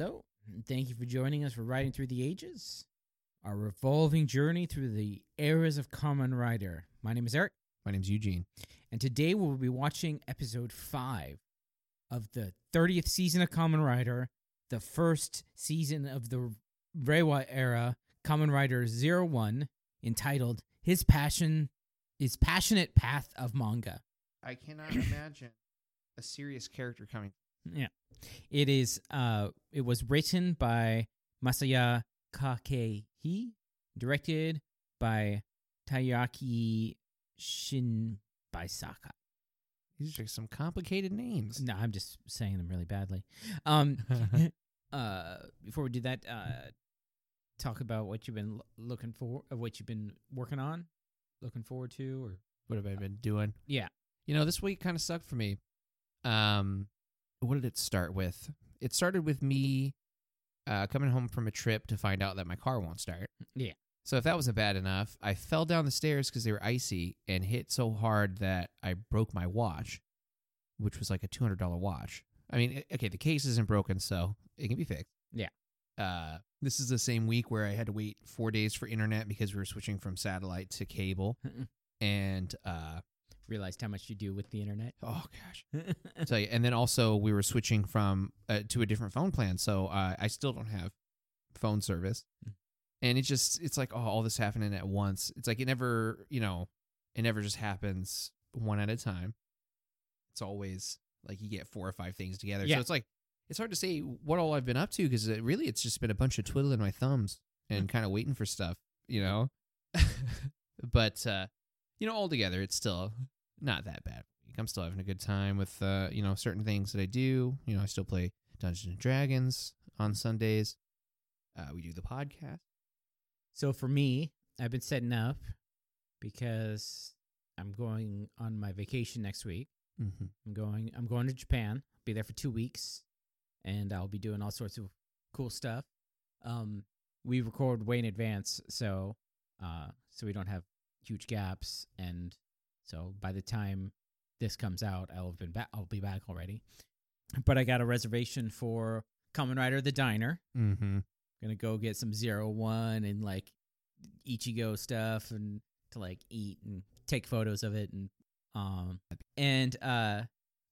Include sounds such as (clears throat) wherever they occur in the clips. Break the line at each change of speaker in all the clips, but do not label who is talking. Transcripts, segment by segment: and thank you for joining us for Riding Through the Ages, our revolving journey through the eras of Common Rider. My name is Eric,
My name's Eugene.
and today we'll be watching episode 5 of the 30th season of Common Rider, the first season of the Reiwa era, Common Rider 01, entitled His Passion, His Passionate Path of Manga.
I cannot imagine a serious character coming.
Yeah. It is uh it was written by Masaya Kakehi, directed by Tayaki Shinbaisaka.
These are some
(laughs)
complicated names.
No, I'm just saying them really badly. Um uh before we do that, uh talk about what you've been l- looking for uh, what you've been working on, looking forward to or
What have I been doing?
Yeah.
You know, this week kind of sucked for me. Um, what did it start with? It started with me uh, coming home from a trip to find out that my car won't start.
Yeah.
So if that wasn't bad enough, I fell down the stairs because they were icy and hit so hard that I broke my watch, which was like a two hundred dollar watch. I mean, i- okay, the case isn't broken, so it can be fixed.
Yeah.
Uh, this is the same week where I had to wait four days for internet because we were switching from satellite to cable, and uh,
realized how much you do with the internet. (laughs)
oh gosh, tell you. And then also we were switching from uh, to a different phone plan, so uh, I still don't have phone service. And it just it's like oh, all this happening at once. It's like it never you know it never just happens one at a time. It's always like you get four or five things together.
Yeah.
So it's like it's hard to say what all I've been up to because it, really it's just been a bunch of twiddling my thumbs and kind of waiting for stuff, you know. (laughs) but uh, you know, altogether, it's still not that bad. I'm still having a good time with uh, you know certain things that I do. You know, I still play Dungeons and Dragons on Sundays. Uh, we do the podcast.
So for me, I've been setting up because I'm going on my vacation next week.
Mm-hmm.
I'm going I'm going to Japan. Be there for 2 weeks and I'll be doing all sorts of cool stuff. Um we record way in advance so uh so we don't have huge gaps and so by the time this comes out, I'll have been back I'll be back already. But I got a reservation for Common Rider the Diner
Mm-hmm.
gonna go get some zero one and like ichigo stuff and to like eat and take photos of it and um and uh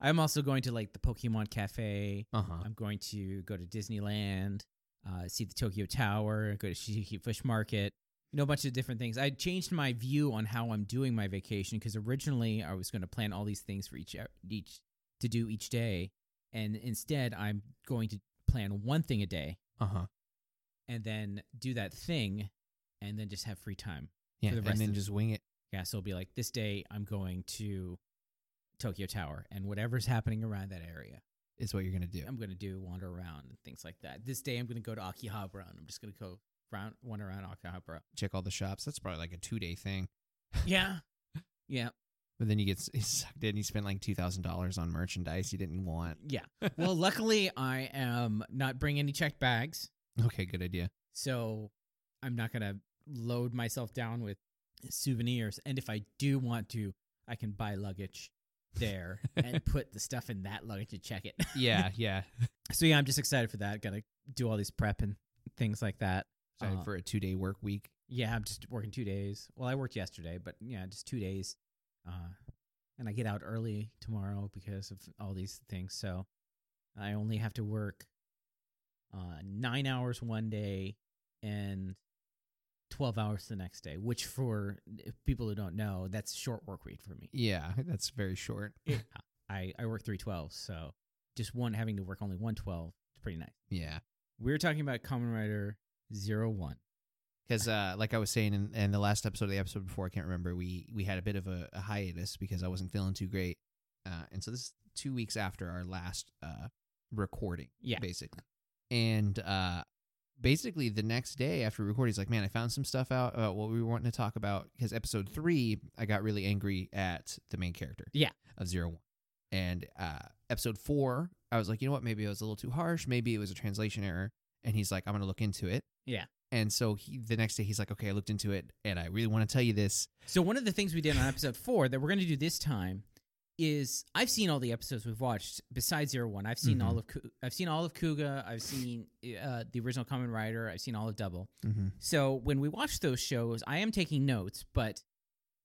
i'm also going to like the pokemon cafe
Uh huh.
i'm going to go to disneyland uh see the tokyo tower go to shiki fish market you know a bunch of different things i changed my view on how i'm doing my vacation because originally i was going to plan all these things for each each to do each day and instead i'm going to plan one thing a day
Uh huh.
and then do that thing and then just have free time.
Yeah.
the
and
rest
then
of-
just wing it.
Yeah, so it'll be like this day I'm going to Tokyo Tower and whatever's happening around that area.
Is what you're gonna do.
I'm going to do wander around and things like that. This day I'm going to go to Akihabara and I'm just going to go round wander around Akihabara.
Check all the shops. That's probably like a two day thing.
yeah. Yeah.
But then you get s- (laughs) sucked in. You spent like two thousand dollars on merchandise you didn't want.
Yeah. Well, luckily I am not bringing any checked bags.
Okay, good idea.
So I'm not going to load myself down with souvenirs. And if I do want to, I can buy luggage there and put the stuff in that luggage and check it. (laughs)
Yeah, yeah.
so yeah, I'm just excited for that. Got to do all these prep and things like that.
Excited
Uh,
for a two day work week.
Yeah, I'm just working two days. Well, I worked yesterday, but yeah, just two days. Uh, and I get out early tomorrow because of all these things. So I only have to work uh, nine hours one day and 12 hours the next day, which for if people who don't know, that's short work week for me.
Yeah, that's very short.
I, I work 312, so just one having to work only 112 is pretty nice.
Yeah.
We're talking about Common Rider Zero One.
Because, uh, like I was saying in, in the last episode of the episode before, I can't remember. We we had a bit of a, a hiatus because I wasn't feeling too great, uh, and so this is two weeks after our last uh, recording,
Yeah.
basically. And uh, basically, the next day after we recorded, he's like, "Man, I found some stuff out about what we were wanting to talk about." Because episode three, I got really angry at the main character,
Yeah.
of Zero One, and uh, episode four, I was like, "You know what? Maybe I was a little too harsh. Maybe it was a translation error." And he's like, "I'm gonna look into it."
Yeah.
And so he, the next day, he's like, "Okay, I looked into it, and I really want to tell you this."
So one of the things we did on episode four that we're going to do this time is I've seen all the episodes we've watched besides Zero One. I've seen
Mhm.
all of Ku- I've seen all of Kuga. I've seen uh, the original Common Rider. I've seen all of Double.
Mm-hmm.
So when we watch those shows, I am taking notes, but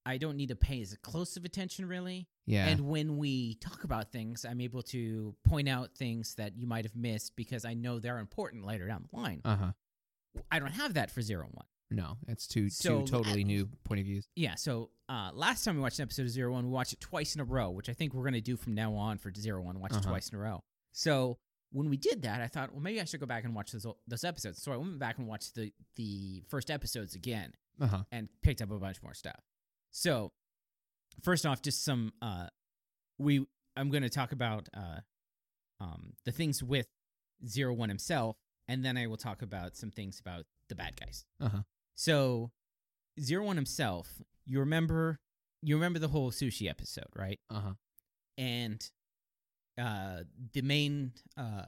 I don't need to pay as close of attention really.
Yeah.
And when we talk about things, I'm able to point out things that you might have missed because I know they're important later down the line.
uh huh.
I don't have that for Zero One.
No, that's two
So,
two totally
I-
new point of views.
Yeah, so uh, last time we watched an episode of Zero One, we watched it twice in a row, which I think we're going to do from now on for Zero One, watch it
Uh-huh.
twice in a row. So when we did that, I thought, well, maybe I should go back and watch those, those episodes. So I went back and watched the, the first episodes again
Uh huh.
and picked up a bunch more stuff. So first off, just some, uh, we, I'm going to talk about uh, um, the things with Zero One himself, and then I will talk about some things about the bad guys.
Uh-huh.
So Zero One himself, you remember you remember the whole sushi episode, right?
Uh huh.
And uh the main uh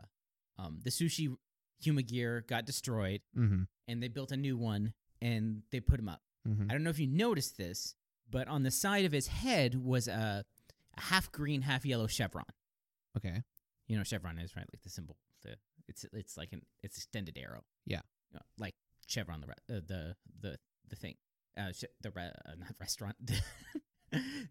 um the sushi Huma gear got destroyed
Mm
and they built a new one and they put him up.
hmm. Mm hmm.
I don't know if you noticed this, but on the side of his head was a, a half green, half yellow chevron.
Okay.
You know, chevron is right, like the symbol. The it's it's like an it's extended arrow.
Yeah.
You know, like chevron the re- uh, the the the thing. Uh, sh- the re- uh, not restaurant, (laughs)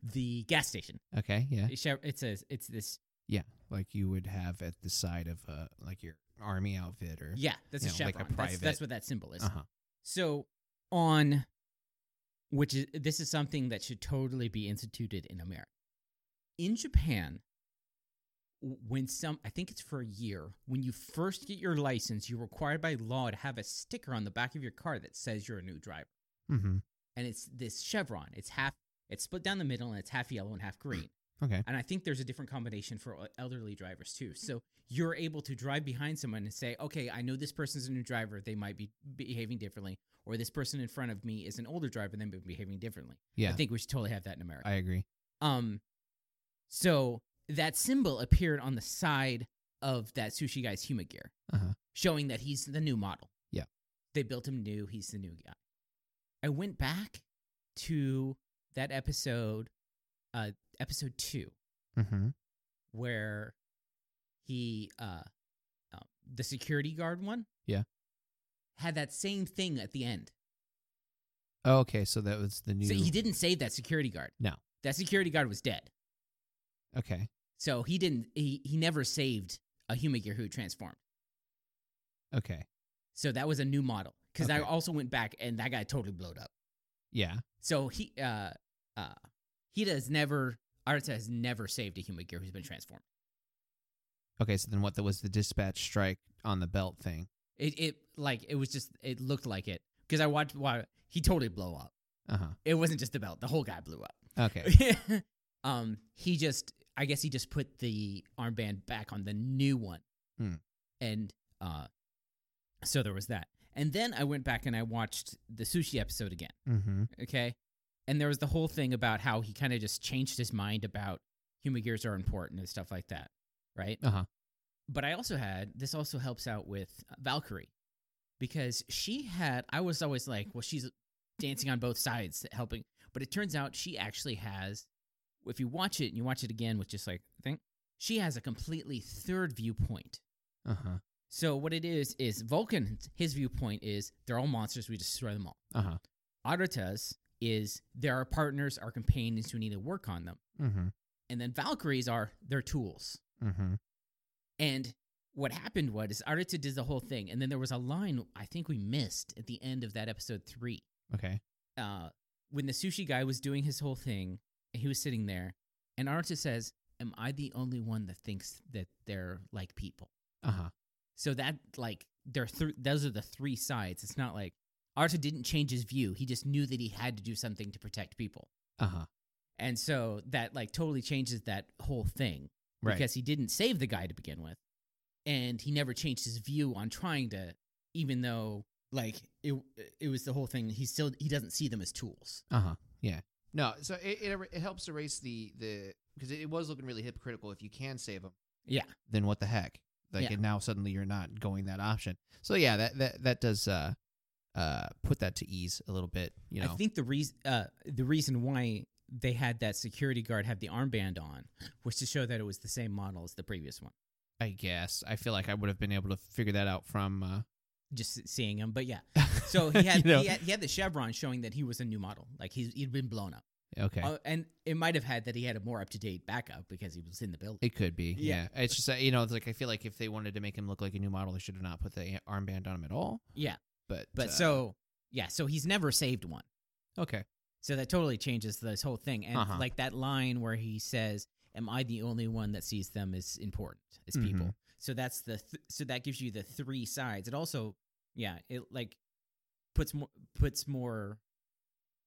the gas station.
Okay. Yeah.
It's chev- It's a it's this.
Yeah. Like you would have at the side of uh like your army outfit or
Yeah, that's a
You know,
chevron.
like a
that's,
private-
that's what that symbol is.
Uh huh.
So on, which is this is something that should totally be instituted in America. In Japan, w- when some I think it's for a year, when you first get your license, you're required by law to have a sticker on the back of your car that says you're a new driver,
Mm hmm.
and it's this chevron. It's half. It's split down the middle, and it's half yellow and half green.
Okay.
And I think there's a different combination for el- elderly drivers too. So you're able to drive behind someone and say, okay, I know this person's a new driver. They might be behaving differently. Or this person in front of me is an older driver. They've been behaving differently.
Yeah.
I think we should totally have that in America.
I agree.
um, so that symbol appeared on the side of that sushi guy's Huma gear,
Uh-huh.
showing that he's the new model.
Yeah.
They built him new. He's the new guy. I went back to that episode, uh, episode two
Mm
Mm-hmm.
hmm.
where he uh, uh the security guard one
Yeah.
had that same thing at the end
Oh, okay. So that was the new.
so he didn't save that security guard
No.
that security guard was dead
Okay.
so he didn't he, he never saved a human gear who transformed
Okay.
so that was a new model because i
Okay.
also went back and that guy totally blowed up
Yeah.
so he uh uh he does never Arta has never saved a human gear who's been transformed
Okay. So then what that was the dispatch strike on the belt thing.
it, it like it was just it looked like it because i watched why he totally blow up
Uh huh.
it wasn't just the belt the whole guy blew up (laughs)
Okay.
um, he just, I guess he just put the armband back on the new one,
Hmm.
and uh, so there was that. And then I went back and I watched the sushi episode again.
mm hmm.
Okay, and there was the whole thing about how he kind of just changed his mind about human gears are important and stuff like that, right?
Uh huh.
But I also had this also helps out with Valkyrie because she had. I was always like, well, she's dancing on both sides, helping. But it turns out she actually has. If you watch it and you watch it again with just like think, she has a completely third viewpoint.
Uh huh.
So what it is is Vulcan. His viewpoint is they're all monsters. We destroy them all.
Uh huh.
Adratas is there are partners, our companions who need to work on them.
Mm hmm.
And then Valkyries are their tools.
Mm hmm.
And what happened was is Arita did the whole thing, and then there was a line I think we missed at the end of that episode three.
Okay.
Uh, when the sushi guy was doing his whole thing, and he was sitting there, and Arita says, "Am I the only one that thinks that they're like people?"
Uh
Uh-huh,
huh.
So that like there, are th- those are the three sides. It's not like Arta didn't change his view; he just knew that he had to do something to protect people,
Uh huh.
and so that like totally changes that whole thing
Right.
because he didn't save the guy to begin with and he never changed his view on trying to even though like it it was the whole thing he still he doesn't see them as tools
Uh huh. Yeah. No. So it, it it helps erase the the because it, it was looking really hypocritical. If you can save them,
yeah
then what the heck? Like
Yeah.
and now suddenly you're not going that option. So yeah, that that that does uh uh put that to ease a little bit. You know.
i think the reason uh the reason why they had that security guard have the armband on, was to show that it was the same model as the previous one.
I guess. I feel like I would have been able to figure that out from.
Just s- seeing him, but yeah.
Uh, (laughs)
So he had,
you know.
he had he had the chevron showing that he was a new model, like he's, he'd been blown up,
okay.
Uh, and it might have had that he had a more up to date backup because he was in the building.
It could be.
Yeah.
Yeah. It's just that, you know, it's like I feel like if they wanted to make him look like a new model, they should have not put the a- armband on him at all.
Yeah,
But
but
uh,
so yeah, so he's never saved one.
okay.
So that totally changes this whole thing. And
Uh-huh.
like that line where he says, "Am I the only one that sees them?" is important as
Mm-hmm.
people. So that's the th- so that gives you the three sides. It also, yeah, it like puts more puts more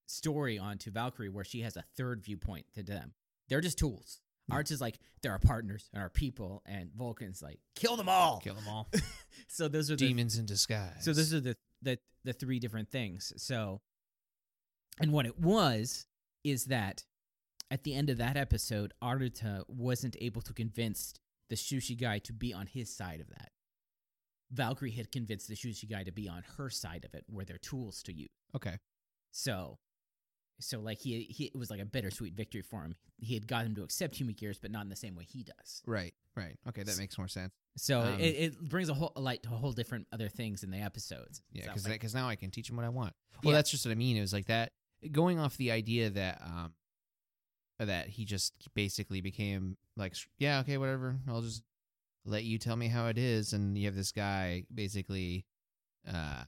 story onto Valkyrie where she has a third viewpoint to them. They're just tools.
Yeah.
Ours is like they're our partners and our people, and Vulcan's like kill them all.
Kill them all. (laughs)
So those are the
Demons in disguise.
so those are the the the three different things. So, and what it was is that at the end of that episode, Aruta wasn't able to convince the sushi guy to be on his side of that. Valkyrie had convinced the sushi guy to be on her side of it, where they're tools to use.
Okay.
So, so like he he it was like a bittersweet victory for him. He had got him to accept human gears, but not in the same way he does.
Right. Right. Okay. That makes more sense.
So
Um,
it, it brings a whole a light to a whole different other things in the episodes.
Yeah.
So,
Because
like-
now I can teach him what I want. Well,
Yeah.
that's just what I mean. It was like that going off the idea that, um, that he just basically became like, s- yeah, okay, whatever. I'll just let you tell me how it is. And you have this guy basically, uh,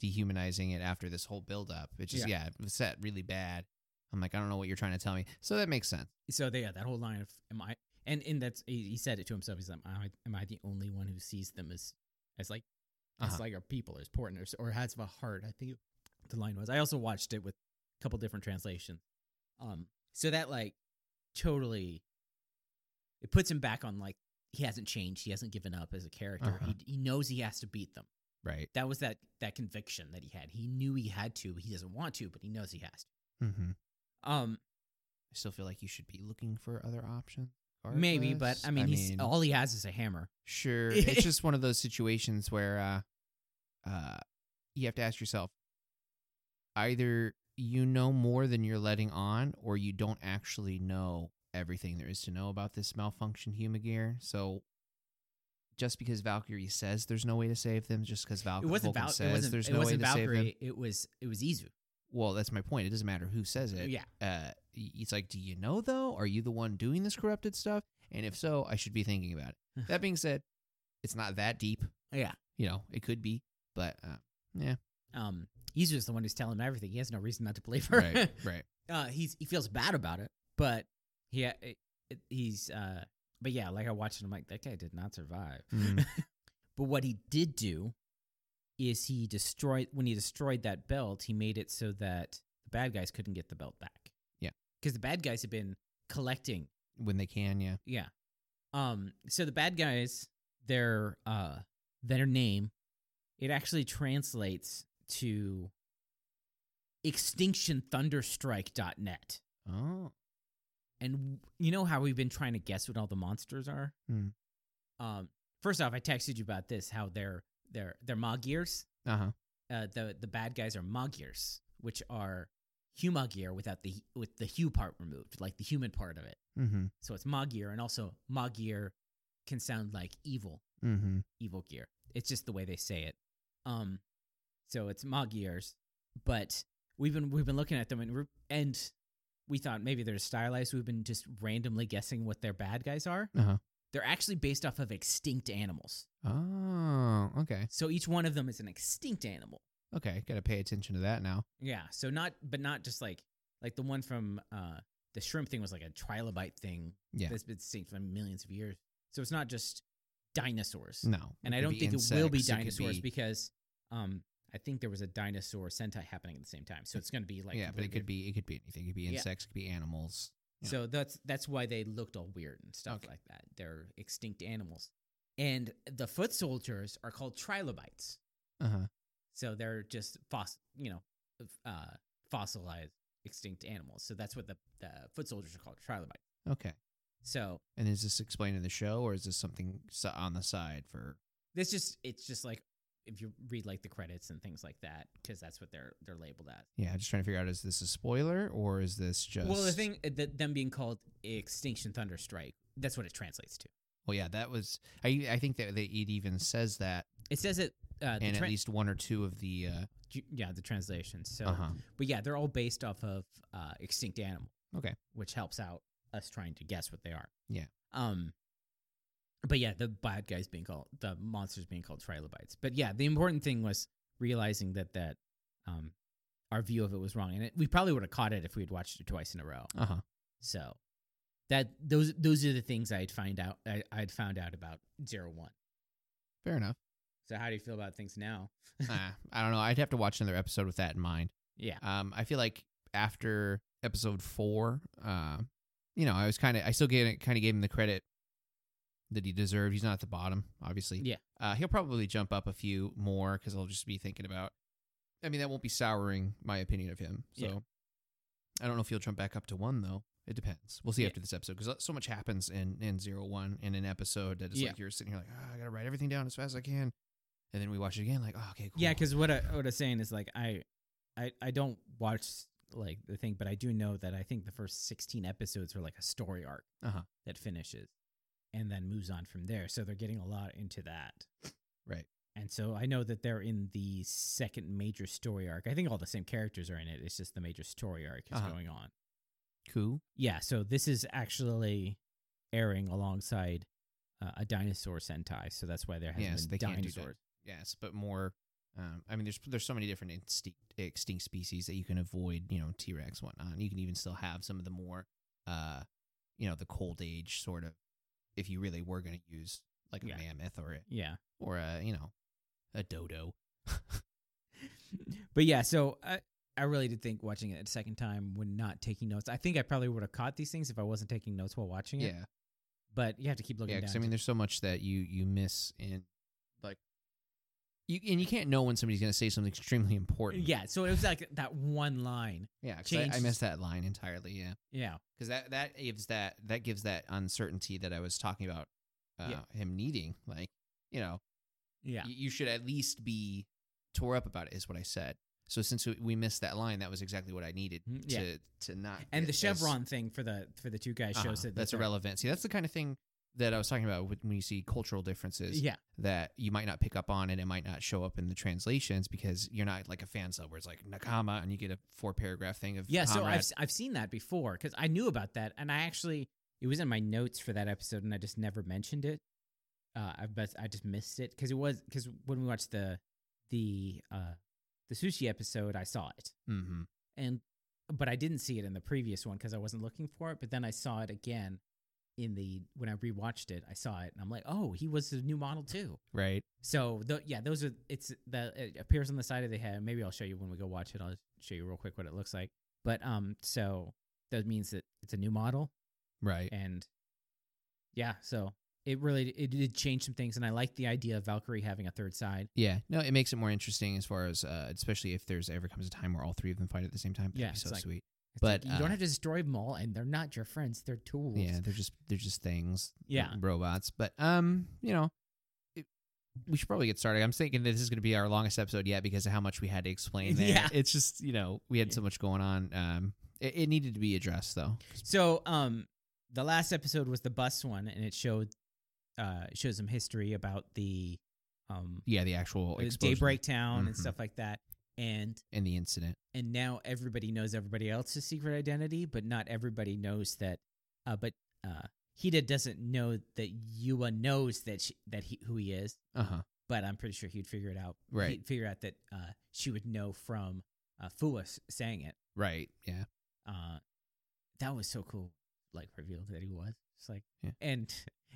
dehumanizing it after this whole buildup. It just, yeah, it was set really bad. I'm like, I don't know what you're trying to tell me. So that makes sense.
so they, yeah, that whole line of am I and and that's he, he said it to himself. He's like, am I, am I the only one who sees them as as like
Uh-huh.
as like our people as partners or has a heart? I think the line was. I also watched it with a couple different translations. Um, so that like totally it puts him back on like he hasn't changed. He hasn't given up as a character.
Uh-huh.
He he knows he has to beat them.
Right.
That was that that conviction that he had. He knew he had to. He doesn't want to, but he knows he has
Mm-hmm.
to. Um,
I still feel like you should be looking for other options.
maybe, but
regardless.
I mean, he's all he has is a hammer. (laughs)
Sure. it's just one of those situations where uh, uh, you have to ask yourself either you know more than you're letting on, or you don't actually know everything there is to know about this malfunction human gear. So just because Valkyrie says there's no way to save them, just because Valkyrie
it wasn't Val-
says
it wasn't,
there's
it
no
wasn't
way to save them.
Valkyrie. It was it was Izu.
Well, that's my point. It doesn't matter who says it.
Yeah,
uh, y- it's like, do you know though? Are you the one doing this corrupted stuff? And if so, I should be thinking about
(laughs)
it. that being said, it's not that deep.
yeah.
You know, it could be, but uh,
(laughs)
yeah,
Um, Izu's the one who's telling him everything. He has no reason not to believe her.
right, right.
(laughs) uh, he's he feels bad about it, but he uh, it, it, he's uh, but yeah, like I watched it, I'm like that guy did not survive.
Mm.
But what he did do is he destroyed when he destroyed that belt, he made it so that the bad guys couldn't get the belt back.
Yeah.
because the bad guys have been collecting
when they can, yeah.
Yeah. Um. So the bad guys, their uh, their name, it actually translates to extinctionthunderstrike.net.
Oh,
And w- you know how we've been trying to guess what all the monsters are.
Hmm.
Um. First off, I texted you about this. How they're they're they're Magirs.
uh huh.
Uh. The the bad guys are Magirs, which are Humagir without the with the hue part removed, like the human part of it.
Mm-hmm.
So it's Magir, and also Magir can sound like evil,
Mm-hmm.
evil gear. It's just the way they say it. Um, so it's Magirs, but we've been we've been looking at them and we're, and we thought maybe they're stylized. We've been just randomly guessing what their bad guys are.
Uh-huh.
They're actually based off of extinct animals.
Oh, okay,
So each one of them is an extinct animal.
okay. Got to pay attention to that now.
Yeah. So not, but not just like like the one from uh the shrimp thing was like a trilobite thing
Yeah.
that's been extinct for millions of years. So it's not just dinosaurs.
No,
and
it
I
could
don't
be
think it will be
insects, could
dinosaurs
be-
because um I think there was a dinosaur sentai happening at the same time. So it's going to be like
yeah, but it
completely
could be it could be anything. It could be
Yeah.
insects. It could be animals. Yeah.
so that's that's why they looked all weird and stuff
Okay.
like that. They're extinct animals. And the foot soldiers are called trilobites.
Uh huh.
So they're just foss you know, f- uh fossilized extinct animals. So that's what the, the foot soldiers are called, trilobite.
Okay.
So
And is this explained in the show, or is this something s- on the side for
this just it's just like if you read like the credits and things like that because that's what they're they're labeled as.
Yeah, just trying to figure out is this a spoiler or is this just
Well, the thing uh, that them being called Extinction Thunderstrike, that's what it translates to.
Well, yeah, that was I I think that, that it even says that
It says it uh, the
and
tran-
at least one or two of the uh,
ju- yeah, the translation. So,
uh-huh.
but yeah, they're all based off of uh, extinct animals.
Okay.
which helps out us trying to guess what they are.
Yeah.
Um. But yeah, the bad guys being called the monsters being called trilobites. But yeah, the important thing was realizing that that um our view of it was wrong, and it, we probably would have caught it if we had watched it twice in a row.
Uh-huh.
So that those those are the things I'd find out I, I'd found out about zero one. (laughs)
Fair enough.
So how do you feel about things now?
uh, I don't know. I'd have to watch another episode with that in mind.
Yeah.
Um, I feel like after episode four, uh, you know, I was kind of, I still gave kind of gave him the credit that he deserved. He's not at the bottom, obviously.
Yeah.
Uh, he'll probably jump up a few more because I'll just be thinking about. I mean, that won't be souring my opinion of him. So,
Yeah.
I don't know if he'll jump back up to one though. It depends. We'll see
Yeah.
after this episode because so much happens in in zero one in an episode that it's
Yeah.
like you're sitting here like oh, I gotta write everything down as fast as I can, and then we watch it again like oh, okay cool
Yeah, 'cause what I what I'm saying is like I, I I don't watch like the thing, but I do know that I think the first 16 episodes were like a story arc
Uh-huh.
that finishes, and then moves on from there. So they're getting a lot into that,
Right.
And so I know that they're in the second major story arc. I think all the same characters are in it. It's just the major story arc is
Uh-huh.
going on.
cool
Yeah. So this is actually airing alongside uh, a dinosaur Sentai. So that's why there hasn't
Yes,
been
they can't do that.
dinosaurs.
yes, but more. Um, I mean, there's there's so many different extinct, extinct species that you can avoid. You know, T Rex, whatnot. You can even still have some of the more, uh, you know, the cold age sort of. If you really were going to use like a
Yeah.
mammoth or a,
Yeah.
or a you know, a dodo.
but yeah, so I, I really did think watching it a second time when not taking notes. I think I probably would have caught these things if I wasn't taking notes while watching it.
Yeah,
But you have to keep looking
yeah.
down.
Because I mean, there's so much that you you miss in like. You, and you can't know when somebody's going to say something extremely important.
yeah, so it was like that one line.
yeah. 'cause I, I
changes-
missed that line entirely. Yeah.
Yeah.
because that that gives that that gives that uncertainty that I was talking about uh,
Yeah.
him needing. Like you know,
Yeah.
y- you should at least be tore up about it. Is what I said. So since we- we missed that line, that was exactly what I needed
Mm,
to
yeah.
to not.
And the
get as-
chevron thing for the for the two guys
Uh-huh,
shows that
that's
they're-
irrelevant. See, that's the kind of thing that I was talking about with- when you see cultural differences
Yeah.
that you might not pick up on, and it might not show up in the translations because you're not like a fan sub where it's like Nakama, and you get a four paragraph thing of
Yeah, so
comrade.
I've s- I've seen that before cuz I knew about that and I actually it was in my notes for that episode and I just never mentioned it. Uh I but I just missed it cuz it was cuz when we watched the the uh the sushi episode I saw it.
Mhm.
and but I didn't see it in the previous one because I wasn't looking for it. But then I saw it again in the when I rewatched it. I saw it and I'm like, oh, he was the new model too.
right.
So tho- yeah, those are it's the it appears on the side of the head. Maybe I'll show you when we go watch it. I'll show you real quick what it looks like. But um, so that means that it's a new model
Right.
and yeah, so it really it did change some things, and I like the idea of Valkyrie having a third side.
Yeah, no, it makes it more interesting as far as, uh, especially if there's ever comes a time where all three of them fight at the same time. That'd
Yeah,
be
it's
so
like-
sweet.
It's like,
But,
you don't
uh,
have to destroy them all, and they're not your friends; they're tools.
Yeah, they're just they're just things.
Yeah.
robots. But um, you know, it, we should probably get started. I'm thinking that this is going to be our longest episode yet because of how much we had to explain. There.
Yeah.
it's just you know we had so much going on. Um, it, it needed to be addressed though.
So, um, the last episode was the bus one, and it showed uh it shows some history about the um
Yeah, the actual
uh,
explosion
daybreak town and
Mhm.
stuff like that, and
and the incident.
and now everybody knows everybody else's secret identity, but not everybody knows that. Uh, but uh, Hida doesn't know that Yua knows that she, that he who he is,
Uh huh.
but I'm pretty sure he'd figure it out.
Right.
he'd figure out that uh she would know from uh, Fua s- saying it.
Right. Yeah.
uh that was so cool like revealed that he was it's like
Yeah.
and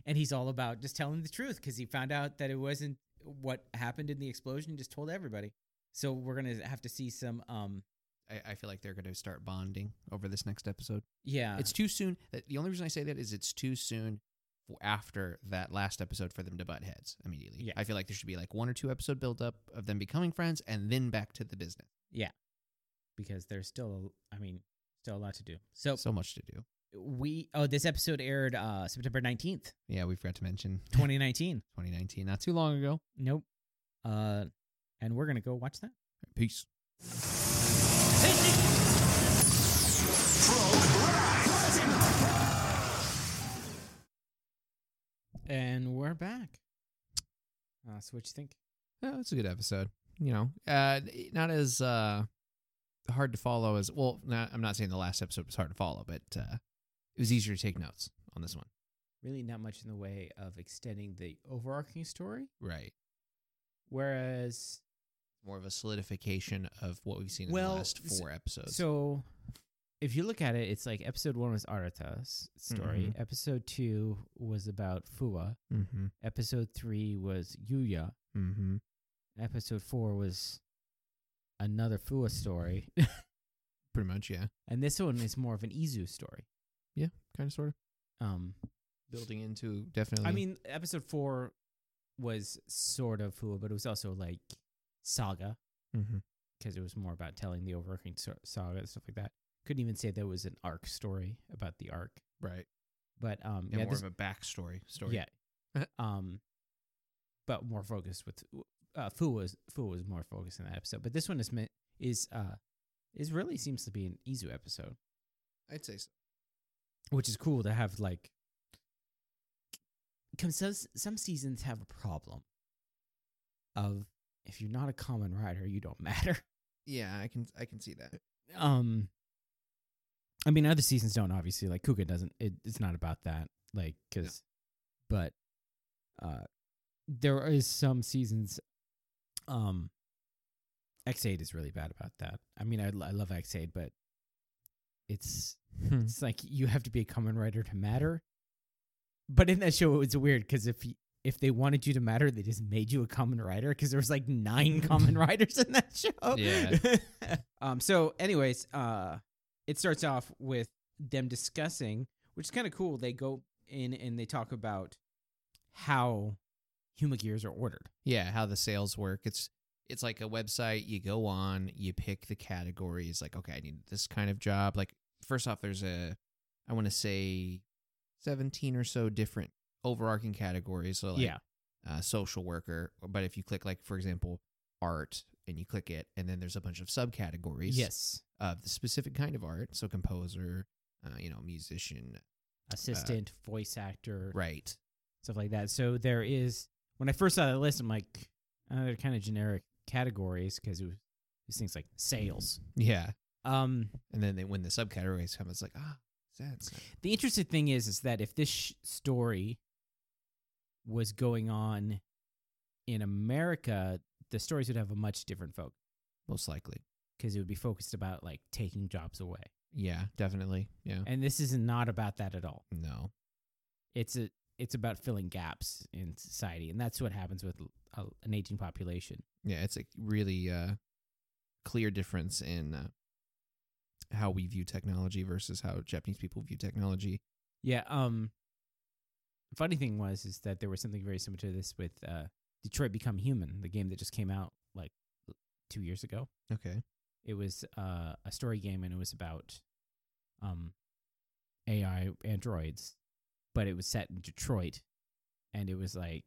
and he's all about just telling the truth because he found out that it wasn't what happened in the explosion he just told everybody so we're gonna have to see some um
I, I feel like they're going to start bonding over this next episode.
yeah
It's too soon. uh, The only reason I say that is it's too soon for after that last episode for them to butt heads immediately.
Yeah.
I feel like there should be like one or two episode build up of them becoming friends and then back to the business.
because there's still a, i mean still a lot to do so,
So much to do.
we oh this episode aired uh september 19th (laughs)
Yeah, we forgot to mention
2019
2019, not too long ago.
nope uh and we're gonna go watch that.
Peace.
And we're back. Uh, so what you think?
Yeah, it's a good episode. You know, uh, not as uh, hard to follow as well. Not, I'm not saying the last episode was hard to follow, but uh, it was easier to take notes on this one.
Really, not much in the way of extending the overarching story,
Right.
whereas
More of a solidification of what we've seen in
Well,
the last
s-
four episodes.
So, if you look at it, it's like episode one was Arata's story. Episode two was about Fua.
mm-hmm,
Episode three was Yuya.
mm-hmm.
And episode four was another Fua story. (laughs)
Pretty much, yeah.
and this one is more of an Izu story.
Kind of, sort of.
Um,
Building into definitely.
I mean, episode four was sort of Fua, but it was also like Saga
mm-hmm.
because it was more about telling the overarching so- saga and stuff like that. Couldn't even say there was an arc story about the arc,
right.
but um,
And
yeah,
more
this,
of a backstory story. (laughs)
Yeah. um, but more focused with uh, Fu was Fu was more focused in that episode, but this one is meant is uh is really seems to be an Izu episode,
I'd say so.
which is cool to have like. Cause some some seasons have a problem of if you're not a common rider, you don't (laughs) matter.
Yeah, I can. I can see that.
um i mean other seasons don't obviously like kuga doesn't it, it's not about that like 'cause but uh there is some seasons um x8 is really bad about that i mean i, l- I love x8 but it's
Hmm.
it's like you have to be a common writer to matter but in that show it was weird 'cause if y if they wanted you to matter, they just made you a common writer 'cause there was like
(laughs)
nine common writers in that show.
Yeah.
(laughs) um. So, anyways, uh, it starts off with them discussing, which is kind of cool. They go in and they talk about how human gears are ordered.
yeah how the sales work it's it's like a website you go on you pick the categories like okay i need this kind of job like first off there's a i want to say 17 or so different overarching categories so like uh, social worker but if you click like for example art and you click it and then there's a bunch of subcategories
Yes.
of the specific kind of art so composer uh, you know musician Uh,
Assistant, voice actor,
right
stuff like that. So there is when I first saw that list, I'm like, uh, they're kind of generic categories 'cause it was these things like sales.
yeah
Um,
and then they when the subcategories come it's like ah that's
the interesting thing is, is that if this sh- story was going on in America, the stories would have a much different focus
most likely
'cause it would be focused about like taking jobs away.
Yeah, definitely. Yeah.
And this is not about that at all.
No.
It's a it's about filling gaps in society, and that's what happens with a, an aging population.
Yeah, it's a really uh, clear difference in uh, how we view technology versus how Japanese people view technology.
Yeah. Um. Funny thing was is that there was something very similar to this with uh, Detroit Become Human, the game that just came out like two years ago.
Okay.
It was uh, a story game, and it was about um, AI androids, but it was set in Detroit, and it was like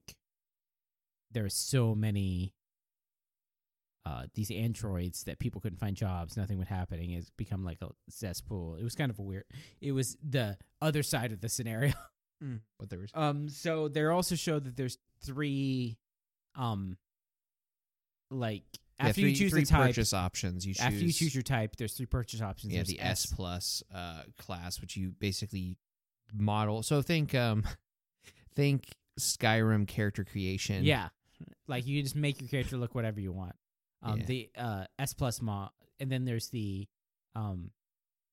there are so many uh, these androids that people couldn't find jobs, nothing was happening. It's become like a cesspool. It was kind of a weird. It was the other side of the scenario.
What there was.
Um, so they also show that there's three, um, like
Yeah,
after
three,
you choose
three
the type,
purchase options, you choose,
after you choose your type, there's three purchase options.
yeah,
There's
the S plus uh, class, which you basically model. So think um, (laughs) think Skyrim character creation.
Yeah, like you just make your character look whatever you want. Um,
Yeah.
the uh S plus mod, and then there's the, um,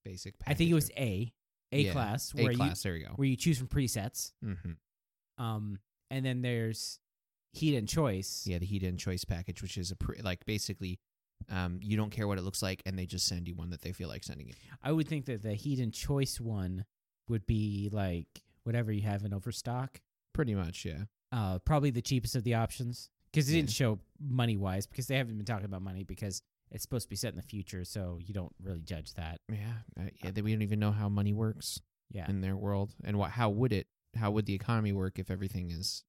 Basic.
I think it was
package
A, A
Yeah,
class
or-
where
A class.
you
there you go.
where you choose from presets.
Mm-hmm.
Um, and then there's heat and choice.
Yeah, the heat and choice package, which is a pre- like basically, um, you don't care what it looks like, and they just send you one that they feel like sending you.
I would think that the heat and choice one would be like whatever you have in overstock.
Pretty much, yeah.
uh, probably the cheapest of the options because it
Yeah.
didn't show money wise because they haven't been talking about money because it's supposed to be set in the future, so you don't really judge that.
Yeah, uh, yeah. That we don't even know how money works
Yeah,
in their world, and what how would it? How would the economy work if everything is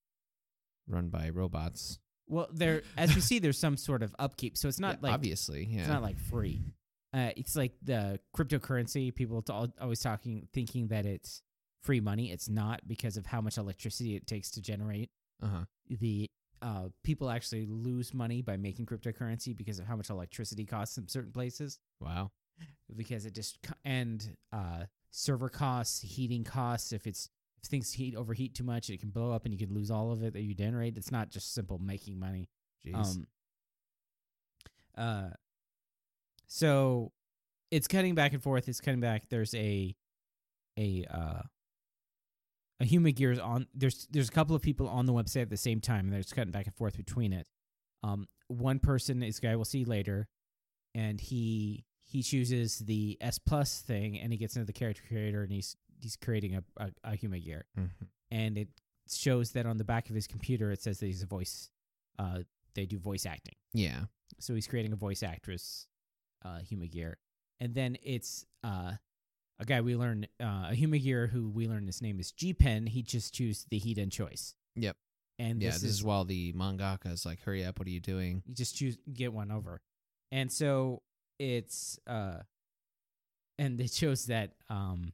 run by robots
Well, there, as you see, there's some sort of upkeep, so it's not
Yeah,
like
obviously, yeah.
it's not like free. Uh, it's like the cryptocurrency. People t- al- always talking, thinking that it's free money. It's not because of how much electricity it takes to generate.
uh-huh.
The uh, people actually lose money by making cryptocurrency because of how much electricity costs in certain places.
Wow.
Because it just co- and uh, server costs, heating costs. If it's if things heat overheat too much, it can blow up and you could lose all of it that you generate. It's not just simple making money.
Jeez.
Um, uh, so it's cutting back and forth. It's cutting back. There's a a uh, a human gears on. There's there's a couple of people on the website at the same time. And there's cutting back and forth between it. Um, one person is a guy we'll see later, and he he chooses the S plus thing, and he gets into the character creator, and he's he's creating a a, a human gear
Mhm.
and it shows that on the back of his computer it says that he's a voice uh they do voice acting
Yeah.
so he's creating a voice actress uh huma gear and then it's uh a guy we learn uh a huma gear who we learn his name is g pen he just chose the heat and choice
Yep.
and
yeah,
this, is,
while the mangaka is like, "Hurry up! What are you doing?" (laughs)
you just choose get one over and so it's uh and it shows that um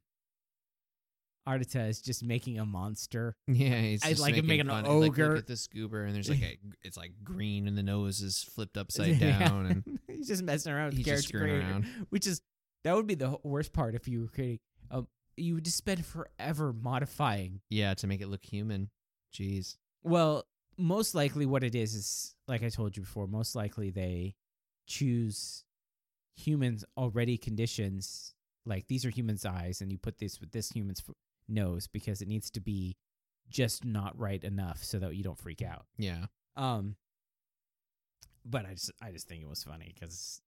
Arteta is just making a monster (laughs)
Yeah, he's
I'd
just
like to
making
make an
fun. He's like,
ogre.
Look at this
(laughs)
goober, and there's like a, it's like green, and the nose is flipped upside
Yeah. (laughs)
down, and
he's just messing around with
he's just
character
screwing
creator, (laughs)
around.
which is that would be the wh- worst part if you were creating. Um, you would just spend forever modifying.
Yeah, to make it look human. Jeez.
Well, most likely what it is is like I told you before. Most likely they choose humans already conditions like these are humans' eyes, and you put this with this human's f- nose because it needs to be just not right enough so that you don't freak out.
Yeah.
Um, but I just I just think it was funny because,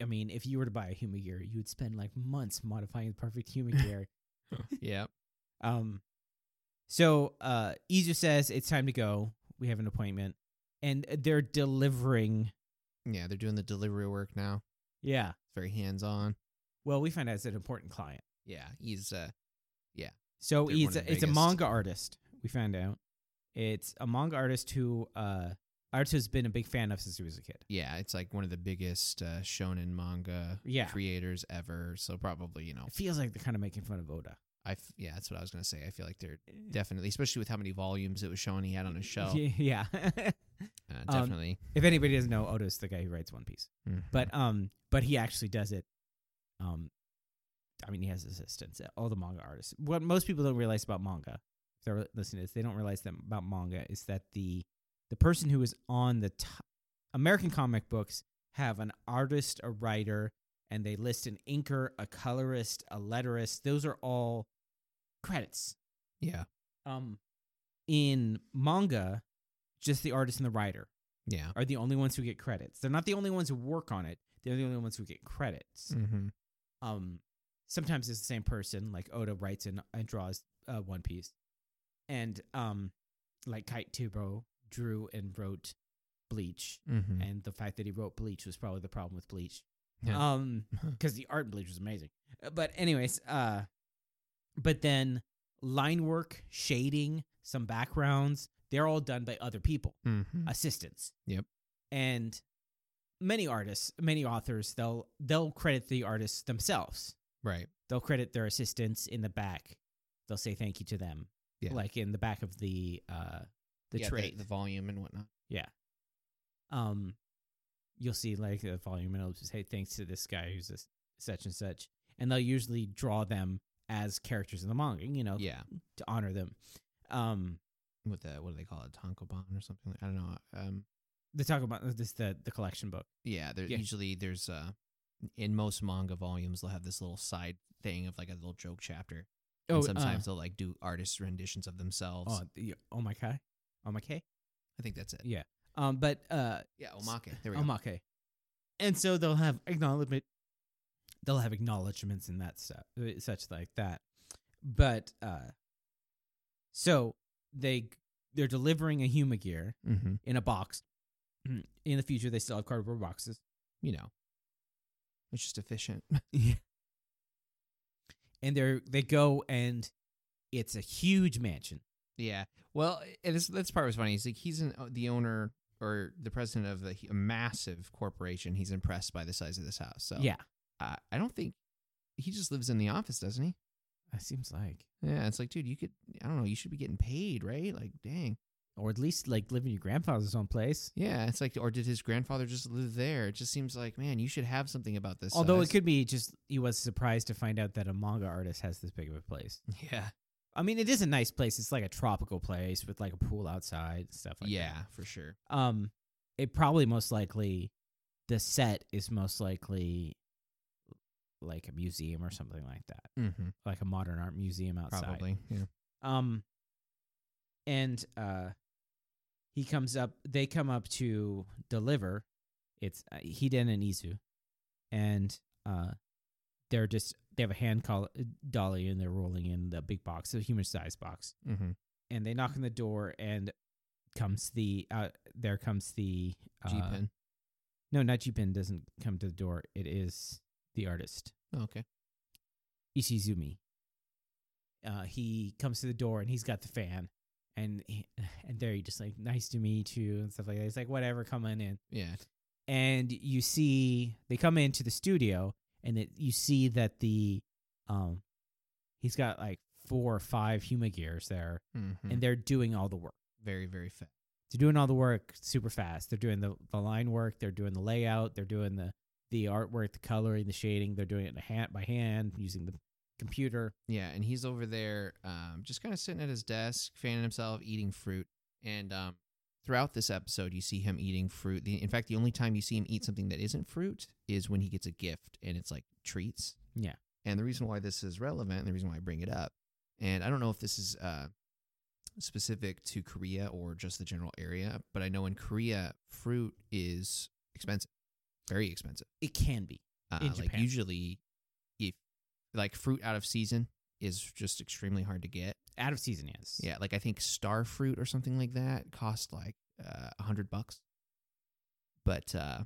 I mean, if you were to buy a human gear, you would spend like months modifying the perfect
(laughs)
human gear.
Yeah.
um, so uh, Izu says it's time to go. We have an appointment, and they're delivering.
Yeah. They're doing the delivery work now.
Yeah.
It's very hands on.
Well, we find out it's an important client.
Yeah. He's uh
So
They're
he's
one of
a,
the
it's a
biggest.
manga artist. We found out it's a manga artist who uh, Arto's been a big fan of since he was a kid.
yeah, it's like one of the biggest uh, shonen manga
Yeah.
creators ever. So probably you know,
It feels like they're kind of making fun of Oda.
I f- yeah, that's what I was gonna say. I feel like they're definitely, especially with how many volumes it was shown he had on his shelf.
Eh. (laughs) Yeah.
Uh,
Um,
definitely.
if anybody doesn't know, Oda's the guy who writes One Piece.
Mhm.
But um, but he actually does it. Um, I mean, he has assistants. uh, All the manga artists. What most people don't realize about manga, if they're listening to this, they don't realize that about manga is that the the person who is on the t- American comic books have an artist, a writer, and they list an inker, a colorist, a letterist. Those are all credits.
yeah,
Um, in manga, just the artist and the writer
yeah.
are the only ones who get credits. They're not the only ones who work on it. They're the only ones who get credits.
Mm-hmm.
Um, sometimes it's the same person, like Oda writes and, and draws uh, One Piece, and um, like Kite Tubro drew and wrote Bleach,
Mm-hmm.
and the fact that he wrote Bleach was probably the problem with Bleach.
Yeah.
Um, because the art in Bleach was amazing. Uh, But anyways, uh, but then line work, shading, some backgrounds, they're all done by other people
mm-hmm.
assistants.
Yep.
And many artists, many authors, they'll they'll credit the artists themselves.
Right.
They'll credit their assistants in the back. They'll say thank you to them.
Yeah.
Like in the back of the uh the
Yeah,
tray.
the volume and whatnot.
um you'll see like the volume and it'll just say thanks to this guy who's this such and such. And they'll usually draw them as characters in the manga, you know,
Yeah,
to honor them. Um
with the what do they call it, tankobon or something? I don't know. Um,
they talk about this the the collection book.
Yeah, there
Yeah.
usually there's uh in most manga volumes they'll have this little side thing of like a little joke chapter. and
uh,
sometimes they'll like do artist renditions of themselves.
oh, the, oh my kai. Oh my kai.
I think that's it.
Yeah. Um, but uh,
Yeah, omake. There we go.
omake, and so they'll have acknowledgement. They'll have acknowledgments and that stuff, uh, such like that. But uh, so they they're delivering a huma gear
Mm-hmm.
in a box. (clears throat) In the future, they still have cardboard boxes.
You know, it's just efficient.
(laughs) And they're they go and it's a huge mansion.
yeah. Well, and this this part was funny. He's like he's an, uh, the owner or the president of the a massive corporation, he's impressed by the size of this house. So
Yeah,
uh, I don't think he just lives in the office, doesn't he?
that seems like,
Yeah, it's like, dude, you could, I don't know, you should be getting paid, right? Like, dang.
or at least like live in your grandfather's own place.
Yeah, it's like, or did his grandfather just live there? It just seems like, man, you should have something about this.
Although
size.
it could be just he was surprised to find out that a manga artist has this big of a place.
(laughs)
(laughs)
yeah,
I mean, it is a nice place. It's like a tropical place with like a pool outside and stuff like
yeah, for sure.
that. Um, it probably most likely the set is most likely like a museum or something like that,
Mm-hmm.
like a modern art museum outside.
Probably. Yeah.
Um, and uh, he comes up. They come up to deliver. It's uh, Hiden and Izu, and uh, they're just they have a hand call uh, dolly and they're rolling in the big box, the human sized box.
Mm-hmm.
And they knock on the door, and comes the uh, there comes the uh,
G pen.
No, not G Pen doesn't come to the door. It is the artist.
Oh, okay.
Ishizumi. Uh, he comes to the door and he's got the fan, and he, (sighs) and there he just like nice to meet you and stuff like that. He's like whatever, come on in.
Yeah.
And you see they come into the studio, and it, you see that the um, he's got like four or five Huma gears there,
Mm-hmm.
and they're doing all the work.
very, very fat.
They're doing all the work super fast. They're doing the the line work. They're doing the layout. They're doing the the artwork, the coloring, the shading. They're doing it in a hand by hand using the computer.
Yeah, and he's over there, um, just kind of sitting at his desk, fanning himself, eating fruit. And um, throughout this episode, you see him eating fruit. The, in fact, the only time you see him eat something that isn't fruit is when he gets a gift, and it's like treats.
Yeah.
And the reason why this is relevant, and the reason why I bring it up, and I don't know if this is uh, specific to Korea or just the general area, but I know in Korea, fruit is expensive, very expensive
It can be.
uh,
In
like
Japan.
usually if like fruit out of season is just extremely hard to get
out of season yes
yeah like i think star fruit or something like that cost like uh, a hundred bucks but uh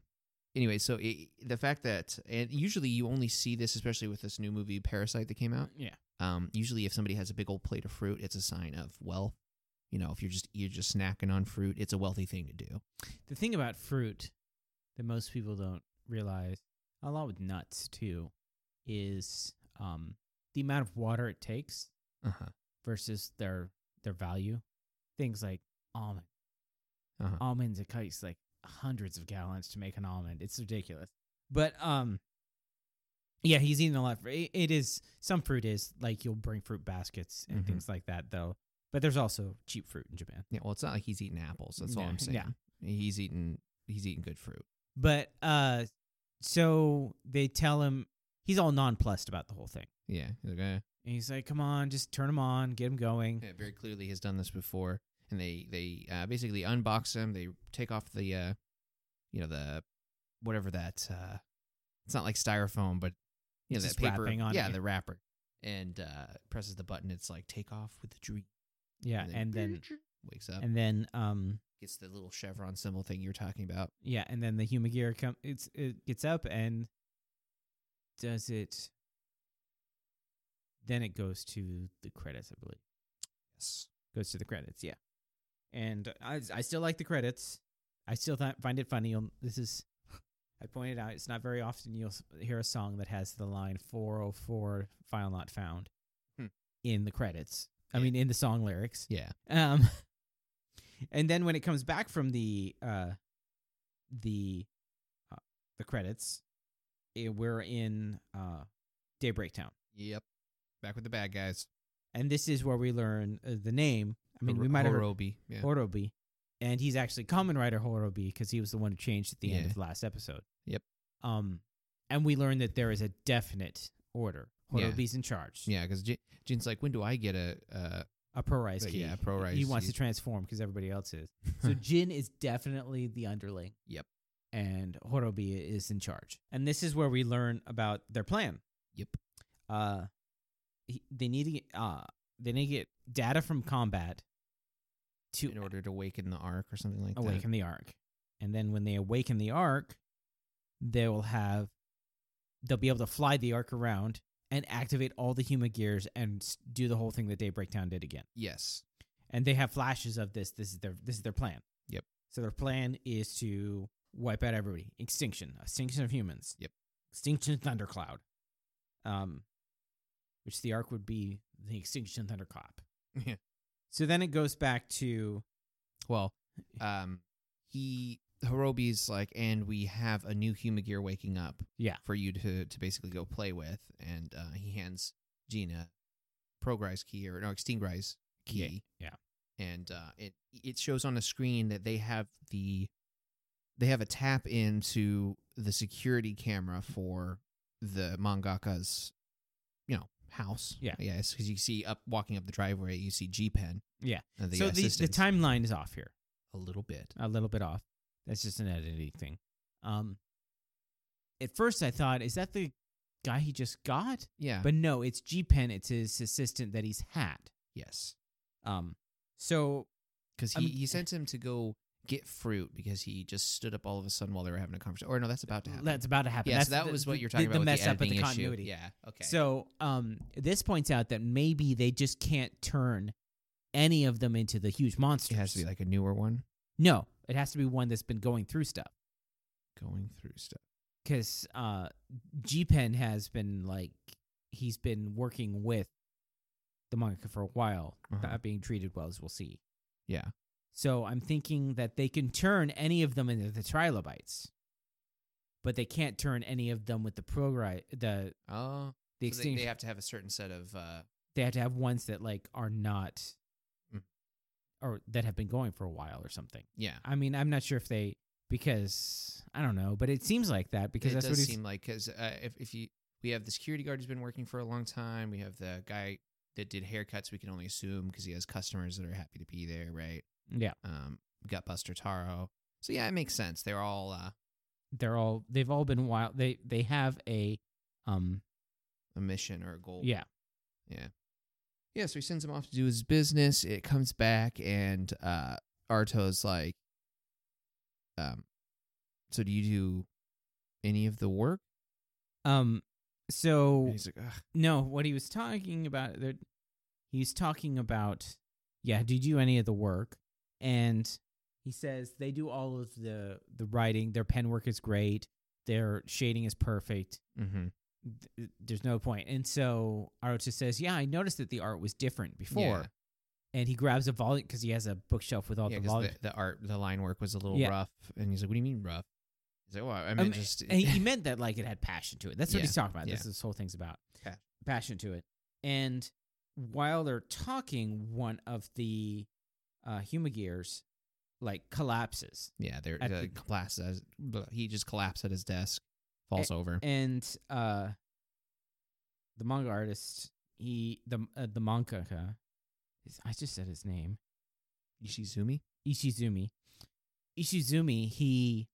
anyway so it, the fact that and usually you only see this especially with this new movie parasite that came out
yeah
um usually if somebody has a big old plate of fruit it's a sign of wealth you know if you're just you're just snacking on fruit it's a wealthy thing to do
the thing about fruit that most people don't realize along with nuts too is um the amount of water it takes
uh-huh
versus their their value things like almond
Uh-huh.
almonds it takes like hundreds of gallons to make an almond it's ridiculous but um yeah he's eating a lot of, it, it is some fruit is like you'll bring fruit baskets and
Mhm.
things like that though but there's also cheap fruit in japan
yeah well it's not like he's eating apples that's all
Yeah,
i'm saying
yeah.
he's eating he's eating good fruit
But uh, so they tell him he's all nonplussed about the whole thing,
Yeah, he's like, eh.
and he's like, "Come on, just turn him on, get him going."
yeah, very clearly has done this before, and they they uh, basically unbox him. They take off the, uh, you know, the whatever that. Uh, it's not like styrofoam, but you
It's
know
just
that paper.
wrapping on it,
yeah,
yeah.
the wrapper, and uh, presses the button. It's like take off with the dream.
Yeah, and then
wakes up,
and then um
gets the little chevron symbol thing you're talking about.
yeah, and then the Humagear come it's it gets up and does it. Then it goes to the credits, I believe.
Yes.
Goes to the credits, yeah. And I I still like the credits. I still th- find it funny. Um, This is I pointed out it's not very often you'll s- hear a song that has the line 404 file not found
Hmm.
in the credits. I
Yeah.
mean in the song lyrics.
Yeah.
Um (laughs) and then when it comes back from the uh the uh, the credits eh, we're in uh Daybreak Town.
Yep. Back with the bad guys.
And this is where we learn uh, the name. I mean, we
Hor-
might have
Horobi. Yeah.
Horobi. And he's actually Common Rider Horobi because he was the one who changed at the end
Yeah.
of the last episode.
Yep.
Um, and we learned that there is a definite order.
Yeah.
Horobi's in charge.
yeah, because Jin's like, when do I get a uh,
A pro rise
But
key.
yeah, pro
He
rise
wants to
key.
transform because everybody else
(laughs)
is. So Jin is definitely the underling.
Yep.
And Horobi is in charge. And this is where we learn about their plan.
Yep.
Uh, he, they need to get, uh, they need to get data from combat to
in order to awaken the arc or something like that?
awaken the ark and then when they awaken the ark they will have they'll be able to fly the ark around and activate all the human gears and s- do the whole thing that daybreak town did again
Yes.
and they have flashes of this this is their this is their plan
Yep.
So their plan is to wipe out everybody. Extinction. Extinction of humans.
Yep.
Extinction thundercloud. Um which the arc would be the extinction thundercloud.
Yeah.
So then it goes back to
Well, um, he Hirobi's like, and we have a new Humagear waking up.
Yeah.
For you to to basically go play with, and uh, he hands Gina Progrise key or no Extingrise key.
Yeah,
And uh, it it shows on a screen that they have the they have a tap into the security camera for the mangaka's you know house.
Yeah.
Yes, because you see up walking up the driveway, you see G Pen.
Yeah.
Uh, the
so the, the
assistant.
timeline is off here
a little bit.
a little bit off. That's just an editing thing. Um, at first I thought, is that the guy he just got?
Yeah.
But no, it's G Pen. It's his assistant that he's had.
Yes,
Um, so
because
I
he,
mean-
he sent him to go get fruit because he just stood up all of a sudden while they were having a conversation. Or no, that's about to happen.
that's about to happen.
yeah,
That's
so that
the-
was
the-
what you're talking about. with
mess
the
up with the
editing issue.
continuity.
Yeah. Okay.
So um, this points out that maybe they just can't turn any of them into the huge monsters.
it has to be like a newer one
no, it has to be one that's been going through stuff.
going through stuff.
because uh, G Pen has been like he's been working with the manga for a while,
Uh-huh.
not being treated well, as we'll see.
Yeah.
So I'm thinking that they can turn any of them into the trilobites, but they can't turn any of them with the progri the
Oh,
the
so they,
extinction.
they have to have a certain set of. Uh,
they have to have ones that like are not,
Mm.
or that have been going for a while or something.
yeah.
I mean, I'm not sure if they because I don't know, but it seems like that because
it
that's what
does
he's,
seem like because uh, if if you we have the security guard who's been working for a long time, we have the guy that did haircuts. We can only assume because he has customers that are happy to be there, right?
yeah.
Um, we got Buster Taro. So yeah, it makes sense. They're all uh,
they're all they've all been wild they they have a um
a mission or a goal.
yeah
Yeah, so he sends him off to do his business. It comes back and uh Arto's like um so do you do any of the work?
um
And
so
he's like, Ugh,
no what he was talking about there he's talking about yeah do you do any of the work and he says they do all of the the writing their pen work is great their shading is perfect
mm-hmm.
Th- there's no point and so Aruta says yeah i noticed that the art was different before and he grabs a volume because he has a bookshelf with all
Yeah,
the
'cause
volume
the, the art the line work was a little
Yeah.
rough. And he's like, What do you mean rough? He's like, Well, I
Um,
meant just
and he-
(laughs)
he meant that like it had passion to it. That's what
Yeah,
he's talking about.
yeah.
This is this whole thing's about
Pa-
passion to it. And while they're talking, one of the uh, Humagears like collapses,
Yeah, there
at
the
the-
collapse as- blah, he just collapsed at his desk, falls over.
and uh, the manga artist, he the uh, the mangaka, I just said his name,
Ishizumi?
Ishizumi. Ishizumi, he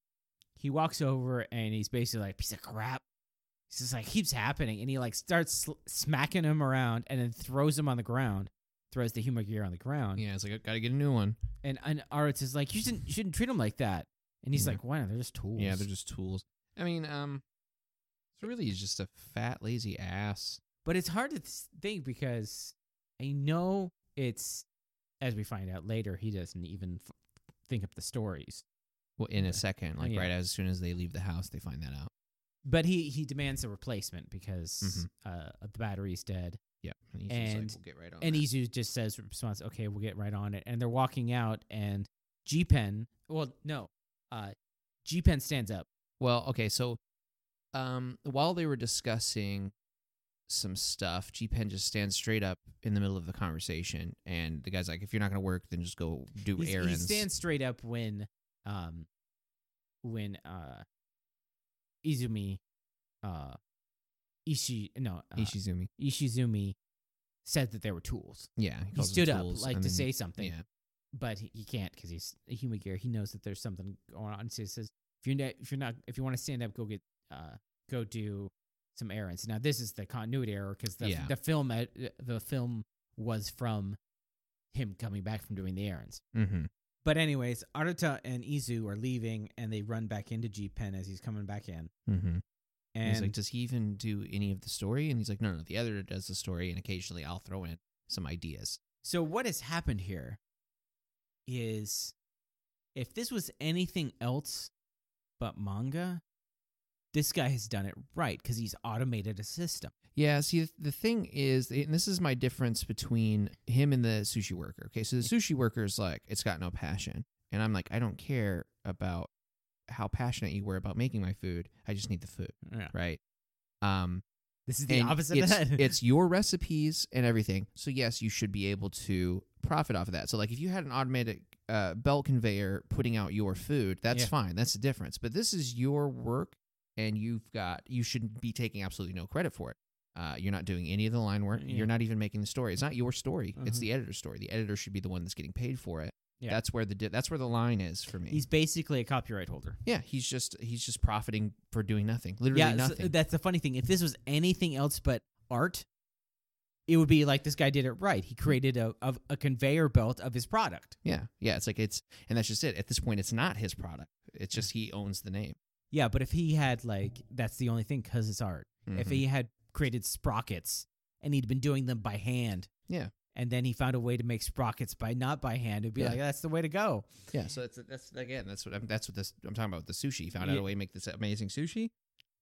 he walks over and he's basically like piece of crap. He's just like keeps happening, and he like starts sl- smacking him around, and then throws him on the ground, throws the human gear on the ground,
Yeah, it's like I gotta get a new one.
and and Arutz is like, you shouldn't you shouldn't treat him like that, and he's
Yeah.
like, why not? They're just tools.
Yeah, they're just tools. I mean, um, so really, he's just a fat, lazy ass.
But it's hard to th- think because I know it's as we find out later, he doesn't even f- think up the stories.
Well, in a second, like
Yeah.
right as soon as they leave the house, they find that out.
But he he demands a replacement because
Mm-hmm.
uh, the battery's dead.
Yep, and he's just
And-
like, we'll get right on.
And
that."
Izu just says response, okay, we'll get right on it. And they're walking out and G Pen well, no. Uh G Pen stands up.
well, okay, so, um, while they were discussing some stuff, G Pen just stands straight up in the middle of the conversation, and the guy's like, "If you're not gonna work, then just go do
He's- He
errands."
stands straight up when um when uh Izumi uh Ishi no uh,
Ishizumi.
Ishizumi said that they were tools.
Yeah, he,
He
calls them
stood up
tools,
like
and
to
then-
say something,
Yeah,
but he, he can't because he's a human gear. He knows that there's something going on. So he says, "If you're not, if you're not, if you want to stand up, go get, uh, go do some errands." Now this is the continuity error because the
Yeah.
the film uh, the film was from him coming back from doing the errands.
mm-hmm.
But anyways, Aruta and Izu are leaving, and they run back into G Pen as he's coming back in,
Mm-hmm. And he's
and
like, does he even do any of the story? And he's like, no, no, the editor does the story, and occasionally I'll throw in some ideas.
So what has happened here is if this was anything else but manga, this guy has done it right because he's automated a system.
Yeah, see, th- the thing is, and this is my difference between him and the sushi worker. Okay, so the sushi worker is like, it's got no passion. And I'm like, I don't care about how passionate you were about making my food. I just need the food,
Yeah.
right? Um,
This is the
and
opposite
it's,
of that. (laughs)
it's your recipes and everything. So, yes, you should be able to profit off of that. So, like, if you had an automatic uh, belt conveyor putting out your food, that's
Yeah.
fine. That's the difference. But this is your work, and you've got, you should be taking absolutely no credit for it. Uh, you're not doing any of the line work.
Yeah.
You're not even making the story. It's not your story. It's
Mhm.
the editor's story. The editor should be the one that's getting paid for it.
Yeah.
That's where the di- that's where the line is for me.
he's basically a copyright holder.
yeah, he's just he's just profiting for doing nothing. Literally
yeah, so
nothing.
that's the funny thing. If this was anything else but art, it would be like this guy did it right. He created a of a conveyor belt of his product.
Yeah, yeah. It's like it's, and that's just it. At this point, it's not his product. It's just he owns the name.
Yeah, but if he had like that's the only thing 'cause it's art. If
Mhm.
he had created sprockets and he'd been doing them by hand,
Yeah.
and then he found a way to make sprockets by not by hand, it'd be
Yeah.
like that's the way to go.
yeah, so that's that's again, that's what I'm, that's what this I'm talking about. With the sushi, he found out
Yeah.
a way to make this amazing sushi,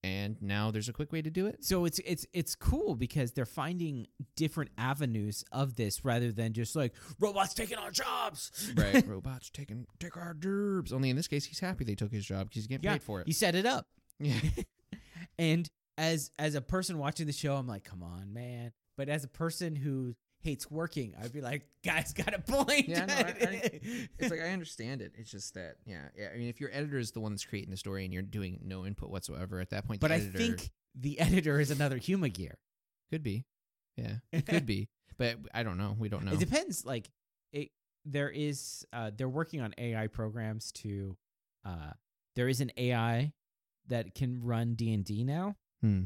and now there's a quick way to do it.
So it's it's it's cool because they're finding different avenues of this rather than just like robots taking our jobs.
(laughs) robots taking take our derbs. Only in this case, he's happy they took his job because he's getting
Yeah,
paid for it.
he set it up.
Yeah,
And as as a person watching the show, I'm like, come on, man. But as a person who hates working, I'd be like, guys, got a point.
Yeah, no, I- I- (laughs) it's (laughs) like I understand it. It's just that yeah, yeah. I mean, if your editor is the one that's creating the story and you're doing no input whatsoever at that point, the
(laughs) But I
editor-
think the editor is another Huma gear.
could be, (laughs) yeah, it could be. But I don't know. We don't know.
It depends. Like it, there is. Uh, they're working on AI programs to. Uh, there is an AI that can run D and D now,
Hmm.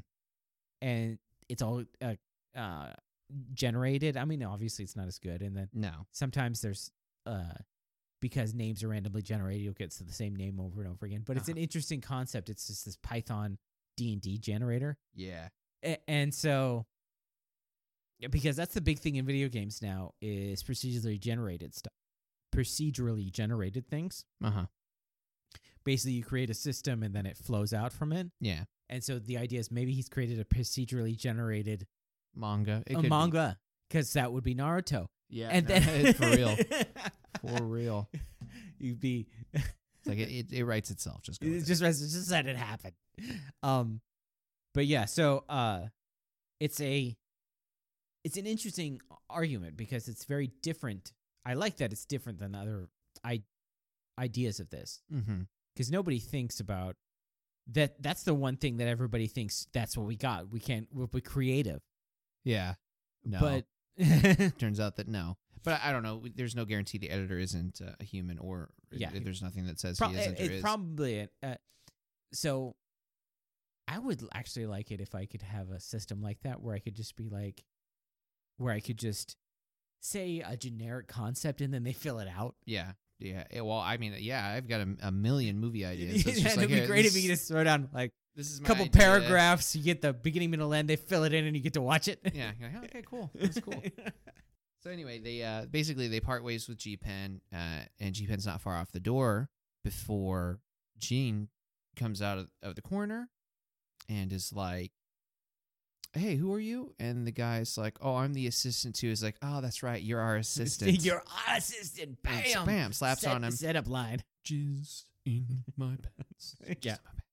and it's all uh, uh, generated. I mean, obviously, it's not as good. And then
No.
sometimes there's uh, because names are randomly generated, you'll get to the same name over and over again. But it's an
Uh-huh.
interesting concept. It's just this Python D and D generator.
Yeah.
A- and so yeah, because that's the big thing in video games now is procedurally generated stuff procedurally generated things
Uh huh.
basically you create a system and then it flows out from it
Yeah.
and so the idea is maybe he's created a procedurally generated
Manga. It
a
could be.
manga because that would be naruto
Yeah. (laughs)
and
no,
then (laughs)
for real. For real.
you'd be
It's like it, it, it writes itself. Just go. with
It's
it.
just just let it happen. Um, but yeah, so uh, it's a it's an interesting argument because it's very different. I like that it's different than other I- ideas of this
Mm-hmm.
because nobody thinks about that. That's the one thing that everybody thinks that's what we got. We can't we'll be creative,
Yeah. No.
but (laughs)
turns out that no. But I I don't know. There's no guarantee the editor isn't uh, a human, or
Yeah.
if there's nothing that says
Pro-
he isn't.
it-
or
it's
is.
probably an- uh, so i would l- actually like it if i could have a system like that where i could just be like where i could just say a generic concept and then they fill it out
yeah. Yeah. Yeah, Well, I mean, yeah. I've got a, a million movie ideas. So
(laughs)
it's
Yeah,
just like,
it'd be
here,
great
this,
if you just throw down like
this is
a
my
couple
idea.
paragraphs you get the beginning middle end they fill it in and you get to watch it
Yeah. You're like, "Oh, okay. Cool. That's
(laughs)
cool. So anyway, they uh, basically they part ways with G Pen, uh, and G Pen's not far off the door before Jean comes out of, of the corner and is like, "Hey, who are you?" And the guy's like, "Oh, I'm the assistant too." He's like, "Oh, that's right, you're our
(laughs)
assistant."
your assistant
And
bam
bam, slaps
set-
on him.
setup line
Jizz in my pants.
Yeah.
(laughs) Jizz in my pants.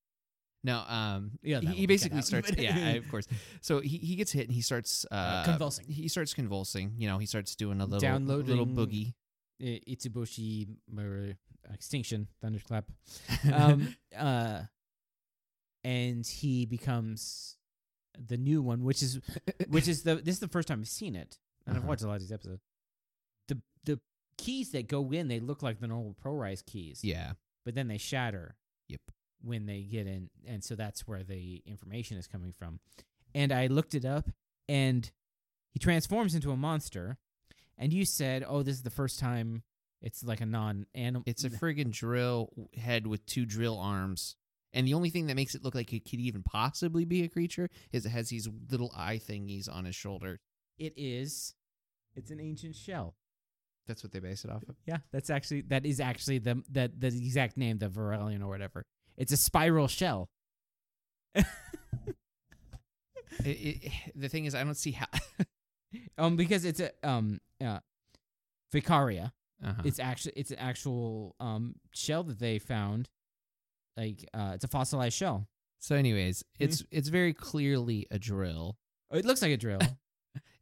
No, um,
Yeah, that
he,
one we
he
cut
basically
out.
starts. yeah, I-
(laughs)
of course. So he, he gets hit and he starts uh,
convulsing.
He starts convulsing. You know, he starts doing a little little
Downloading-
boogie.
I- Itsuboshi Mur- Extinction Thunderclap. Um, uh, and he becomes the new one, which is which is the this is the first time I've seen it, and I've
Uh-huh.
watched a lot of these episodes. The the keys that go in, they look like the normal ProRise keys,
(laughs) yeah,
but then they shatter.
Yep.
When they get in, and so that's where the information is coming from. And I looked it up, and he transforms into a monster. And you said, "Oh, this is the first time it's like a non-animal."
it's a friggin' drill w- head with two drill arms, and the only thing that makes it look like it could even possibly be a creature is it has these little eye thingies on his shoulder.
It is. It's an ancient shell.
That's what they base it off
(laughs)
of.
Yeah, that's actually that is actually the that the exact name, the Virellian or whatever. It's a spiral shell.
It, it, (sighs) the thing is, I don't see how. (laughs)
Um, because it's a um uh, Vicaria.
uh
It's actually it's an actual um shell that they found. Like uh, it's a fossilized shell.
So, anyways,
Hmm.
it's it's very clearly a drill,
It looks like a drill.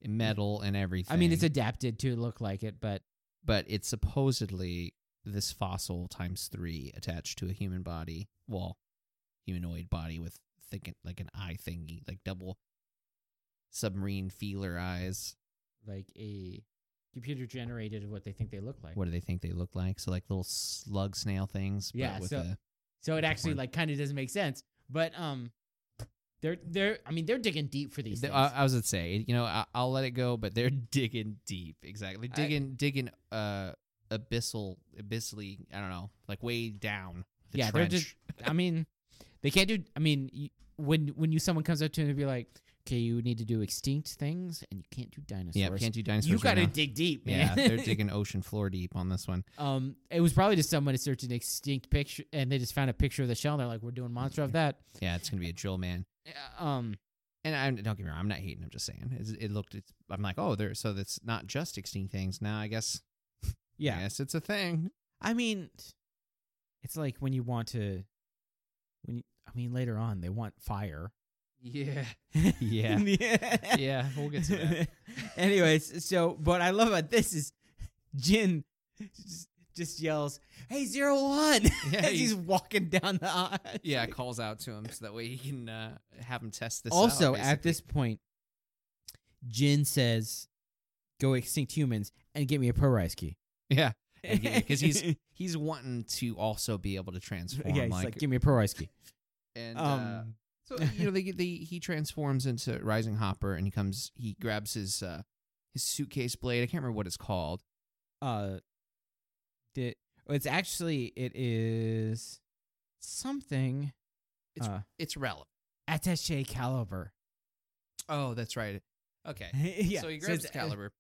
metal and everything.
I mean, it's adapted to look like it, but
but it's supposedly this fossil times three attached to a human body, well, humanoid body with thinking like an eye thingy, like double submarine feeler eyes.
like a computer generated what they think they look like.
What do they think they look like? So like little slug snail things, but
Yeah,
with
so-
a
So it
Different
actually
one.
like kind of doesn't make sense. But um, they're they're I mean they're digging deep for these
Th-
things.
I, I was gonna say, you know, I, I'll let it go, but they're (laughs) digging deep, exactly,
I-
digging, digging, uh, abyssal, abyssally, I don't know, like way down. The
Yeah, they're
trench.
just- I mean, they can't do. I mean, y when when you someone comes up to you and be like, "Okay, you need to do extinct things, and you can't do dinosaurs."
yeah, can't do dinosaurs.
you
right
gotta
now.
dig deep,
Yeah,
man. (laughs)
they're digging ocean floor deep on this one.
um, it was probably just someone searching extinct picture, and they just found a picture of the shell. And they're like, "We're doing monster of that."
Yeah, it's gonna be a drill man.
Uh, Um,
And I don't get me wrong, I'm not hating. I'm just saying it's, it looked. It's, I'm like, oh, there. So that's not just extinct things. Now I guess.
yeah.
Yes, it's a thing.
I mean, it's like when you want to, when you, I mean, later on they want fire.
(laughs) Yeah.
(laughs) yeah.
Yeah, we'll get to that.
(laughs) Anyways, so but I love about this is Jin just- just yells, "Hey, zero one!" (laughs)
Yeah,
as he's walking down the aisle.
(laughs) yeah, calls out to him so that way he can uh, have him test this. out,
also, at
basically.
this point, Jin says, "Go extinct humans and get me a pro rice key."
yeah, And get me-
(laughs)
'cause he's- he's wanting to also be able to transform.
yeah, he's like,
like,
"Give me a pro rice key."
and uh,
Um,
so you know, they, get- they he transforms into Rising Hopper, and he comes. He grabs his uh, his suitcase blade. I can't remember what it's called.
uh did it's actually it is something
It's-
uh,
It's relevant.
attache caliber
Oh, that's right. Okay.
(laughs) yeah
So he grabs
it's,
his
uh,
caliber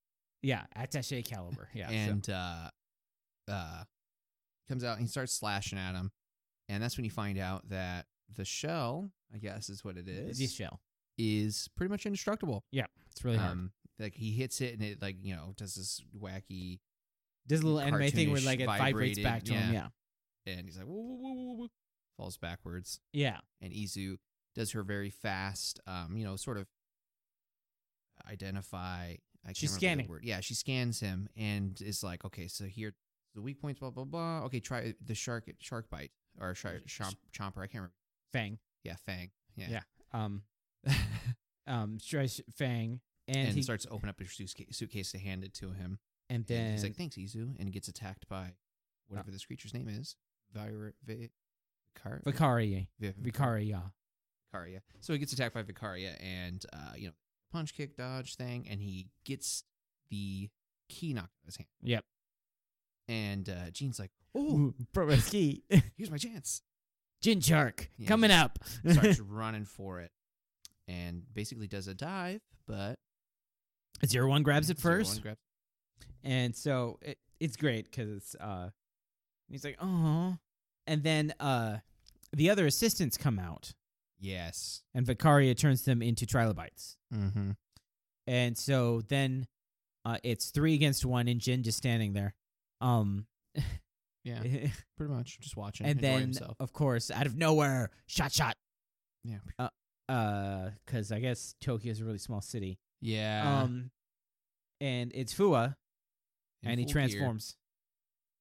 yeah attache caliber yeah so-
and uh, uh, comes out and he starts slashing at him, and that's when you find out that the shell, I guess, is what it is,
the shell
is pretty much indestructible.
it's really hard
Um, like he hits it and it like you know does this wacky
does a little anime thing where
cartoonish
like it vibrates
vibrated,
back to him yeah
and he's like woo woo woo woo woo falls backwards
yeah
and Izu does her very fast um you know sort of identify I can't
She's
remember the
scanning.
word. yeah she scans him and is like okay so here the weak points blah blah blah okay try the shark shark bite or shark chomp, chomper I can't remember
fang
yeah fang yeah
Yeah.
(laughs)
um um stretch fang and,
and,
he
starts to open up his suitcase, suitcase to hand it to him
and
And
then Uh,
he's like, "Thanks, Izu," and gets attacked by whatever this creature's name is, Vir- Vi- Vicar-
Vicari
Vi-
Vicaria
Vicaria. So he gets attacked by Vicaria, and uh, you know, punch, kick, dodge thing, and he gets the key knocked out of his hand.
Yep.
And uh, Gene's like, "Oh,
Ooh, pro ski (laughs)
here's my chance!"
Jin shark
Yeah,
coming
he's-
up
Starts running for it, and basically does a dive, but
(laughs) zero one grabs it
Zero One
first
grabs-
And so it, it's great 'cause it's uh, he's like, oh, and then uh, the other assistants come out,
yes.
and Vicaria turns them into trilobites.
Mm-hmm.
And so then uh, it's three against one, and Jin just standing there. Um, (laughs)
Yeah,
and,
pretty much. Just watching. enjoying
then uh,
himself.
of course, out of nowhere, shot, shot.
Yeah.
Uh, 'cause I guess Tokyo's a really small city.
yeah.
Um, and it's Fua,
in
and he
full gear.
transforms,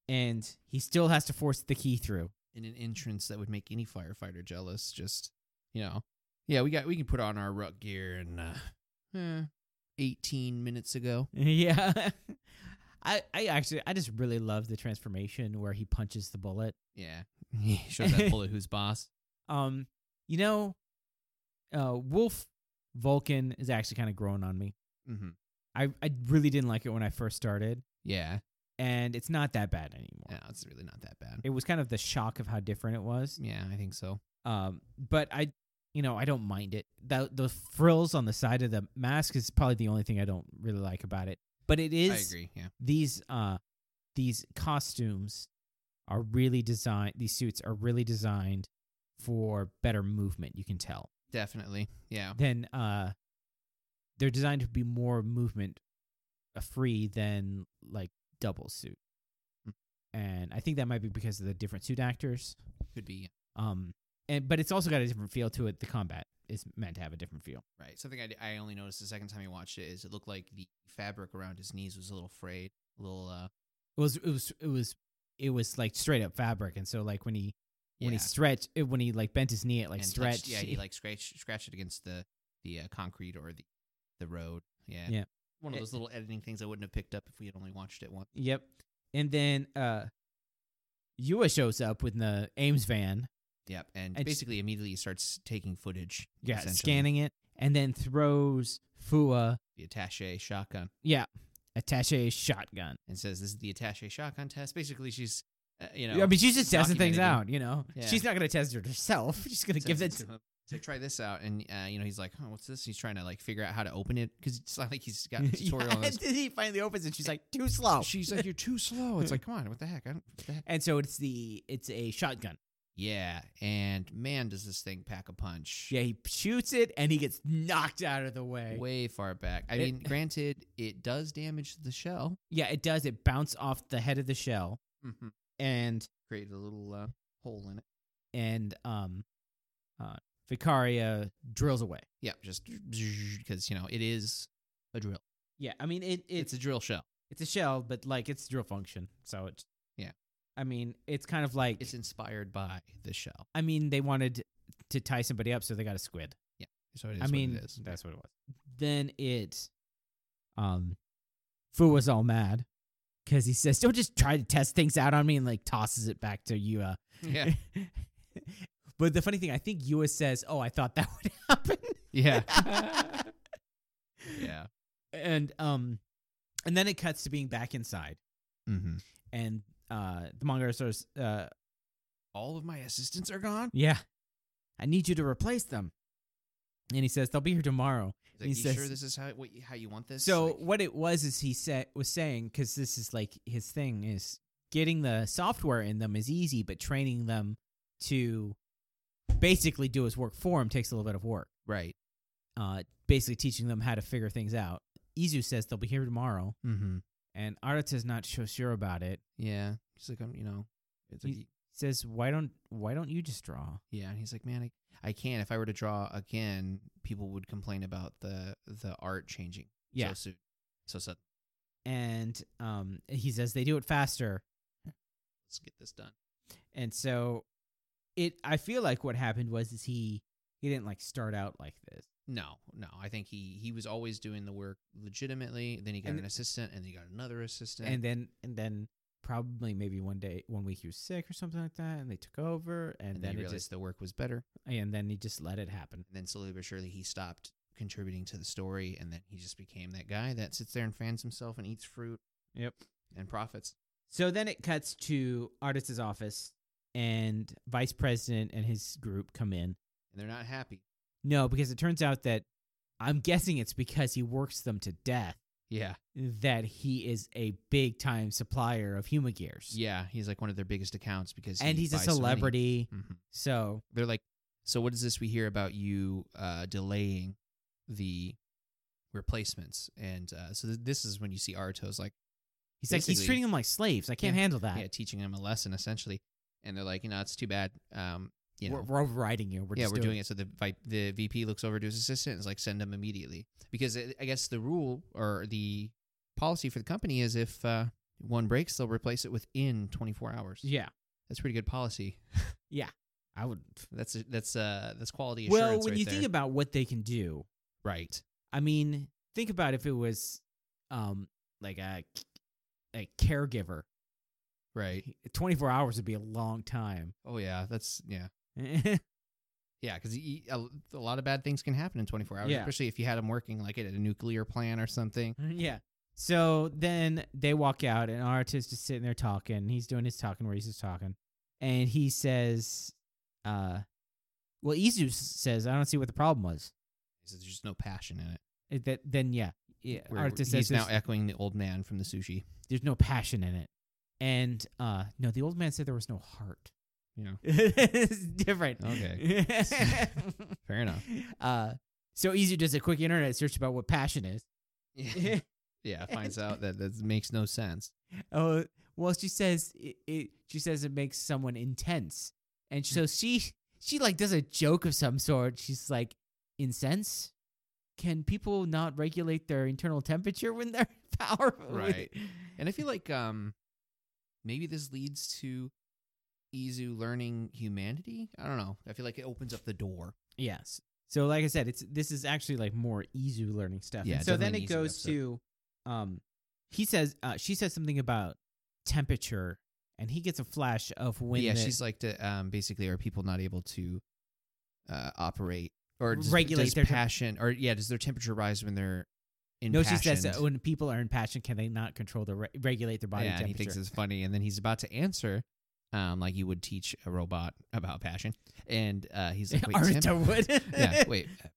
and he still has to force the key through. (laughs)
in an entrance that would make any firefighter jealous. Just you know, yeah, we got we can put on our ruck gear and uh, (laughs) eh, eighteen minutes ago.
Yeah. I, I actually I just really love the transformation where he punches the bullet.
Yeah, (laughs) he shows
(laughs)
that bullet who's boss.
Um, you know, uh, Wolf Vulcan is actually kind of growing on me.
Mm-hmm.
I I really didn't like it when I first started,
Yeah,
and it's not that bad anymore.
no, it's really not that bad.
It was kind of the shock of how different it was.
Yeah, I think so.
Um, but I, you know, I don't mind it. The the frills on the side of the mask is probably the only thing I don't really like about it. But it is
I agree. Yeah,
these uh these costumes are really designed these suits are really designed for better movement you can tell
Definitely. Yeah.
then uh they're designed to be more movement uh, free than like double suit
Mm.
and i think that might be because of the different suit actors
Could be.
um and but it's also got a different feel to it the combat is meant to have a different feel
Right. Something I, d- I only noticed the second time I watched it is it looked like the fabric around his knees was a little frayed, a little uh
it was it was it was it was like straight up fabric and so like when he when he
yeah,
stretched it, when he like bent his knee it like
and touched-
stretched
yeah, he like scratched scratched it against the the uh, concrete or the the road. Yeah.
Yeah.
One of
It-
those little editing things I wouldn't have picked up if we had only watched it once.
(laughs) yep and then uh Yua shows up with the Ames van
Yep. And
And-
basically immediately he starts taking footage.
yeah
essentially.
scanning it and then throws Fua
the attaché shotgun
yeah attache shotgun
and says this is the attaché shotgun test. Basically she's uh, you know
I mean she's just testing things
documenting-
out you know
Yeah.
she's not gonna test it herself (laughs) she's gonna give it
It's
to
like, "So try this out, and uh, you know he's like, "Huh, "What's this?" He's trying to like figure out how to open it because it's not like he's
(laughs)
got a tutorial. on
yeah,
this.
and then he finally opens it she's like too slow
She's like, "You're too
(laughs)
slow." It's like, "Come on, what the heck?" I don't, what the heck?
and so it's the it's a shotgun
Yeah, and man, does this thing pack a punch?
Yeah, he shoots it and he gets knocked out of the way.
way far back. I
It-
mean, granted, it does damage the shell.
Yeah, it does. It bounced off the head of the shell
Mm-hmm.
and
Create a little uh, hole in it.
and um uh Vicaria drills away.
Yeah, just (sniffs) because you know it is a drill.
Yeah, I mean it
It's,
it's
a drill shell.
it's a shell, but like it's drill function. So it's
Yeah.
I mean, it's kind of like
It's inspired by the shell.
I mean, they wanted to tie somebody up so they got a squid.
So it is
I mean
what
(laughs)
it is.
that's what it was. Then it um Fu was all mad because he says, Don't just try to test things out on me and like tosses it back to you uh
yeah,
(laughs) but the funny thing, I think Yua says, "Oh, I thought that (laughs) would happen," (laughs)
yeah, yeah.
and um, and then it cuts to being back inside,
Mm-hmm.
and uh, the manga starts, uh,
all of my assistants are gone.
"Yeah, I need you to replace them," and he says, "They'll be here tomorrow."
He's like,
He
you
says-
sure this is how what, how you want this?
so
Like,
what it was is he said was saying because this is like his thing is getting the software in them is easy, but training them to basically do his work for him takes a little bit of work.
right.
uh, basically teaching them how to figure things out. Izu says they'll be here tomorrow,
Mm-hmm.
and Arata's not so sure about it.
Yeah. He's like, I'm, you know, it's like,
He- Says, "Why don't why don't you just draw?"
yeah. And he's like, man, I, I can't. If I were to draw again, people would complain about the the art changing.
Yeah.
So soon. So, so
And um, he says they do it faster,
let's get this done.
and so it. I feel like what happened was is he he didn't like start out like this.
No, no. I think he he was always doing the work legitimately. Then he got
And-
an assistant, and then he got another assistant.
And then and then probably maybe one day one week he was sick or something like that, and they took over, and,
and
then,
he
it
realized
just
the work was better.
and then he just let it happen.
And then slowly but surely he stopped contributing to the story, and then he just became that guy that sits there and fans himself and eats fruit.
Yep.
And profits.
So then it cuts to Artist's office, and Vice President and his group come in.
and they're not happy.
No, because it turns out that I'm guessing it's because he works them to death
Yeah.
that he is a big time supplier of Huma gears.
Yeah. He's like one of their biggest accounts because
And
he
he's a
buys so many.
celebrity.
Mhm.
So,
They're like, so what is this we hear about you uh, delaying the replacements? And uh, so th- this is when you see Aruto's like,
he's like, he's
Basically-
treating them like slaves. I can't
Yeah.
handle that.
yeah, teaching him a lesson essentially. And they're like, you know, it's too bad. Um, you know,
we're, we're overriding you. We're
yeah,
just
we're doing
it.
it. So the vi- the VP looks over to his assistant and is like, send him immediately because it, I guess the rule or the policy for the company is if uh, one breaks, they'll replace it within 24 hours.
Yeah.
That's pretty good policy.
I would.
That's that's uh that's quality assurance.
Well, when
right
you
there.
think about what they can do,
right,
I mean, think about if it was um like a a caregiver
right.
24 hours would be a long time. (laughs)
Oh yeah, that's yeah, yeah. Because a, a lot of bad things can happen in 24 hours,
Yeah. Mm-hmm.
especially if you had them working like at a nuclear plant or something.
yeah. So then they walk out, and Artis just sitting there talking. He's doing his talking where he's just talking. And he says, uh, well, Izu s- says, I don't see what the problem was.
There's just no passion in it.
Uh, That Then, yeah. yeah
Where
Artis
he's
says,
now
there's,
echoing the old man from the sushi.
there's no passion in it. And uh no, the old man said there was no heart.
You know,
(laughs) it's different.
Okay. fair enough.
(laughs) uh, so easy does a quick internet search about what passion is.
(laughs)
(laughs)
yeah, finds out that that makes no sense.
Oh, well, she says it, it. She says it makes someone intense, and
Hmm.
so she she like does a joke of some sort. She's like, "Incense? Can people not regulate their internal temperature when they're (laughs) powerful?" (laughs)
Right. And I feel like um maybe this leads to Izu learning humanity. I don't know. I feel like it opens up the door.
Yes. So, like I said, it's this is actually like more Izu learning stuff.
Yeah,
And so then
definitely
it
an Izu
goes to, um, he says, uh, she says something about temperature, and he gets a flash of when
yeah,
the-
she's like to um basically are people not able to uh operate or does,
Regulate
does
their tem-
passion or yeah, does their temperature rise when they're in
no, she says that when people are impassioned, can they not control their re- regulate their body
yeah, and he
temperature?
thinks it's funny, and then he's about to answer, um, like you would teach a robot (laughs) about passion, and uh,
(laughs)
he's like, "Wait,
Arta
temp-
would.
(laughs)
(laughs)
yeah, wait, uh,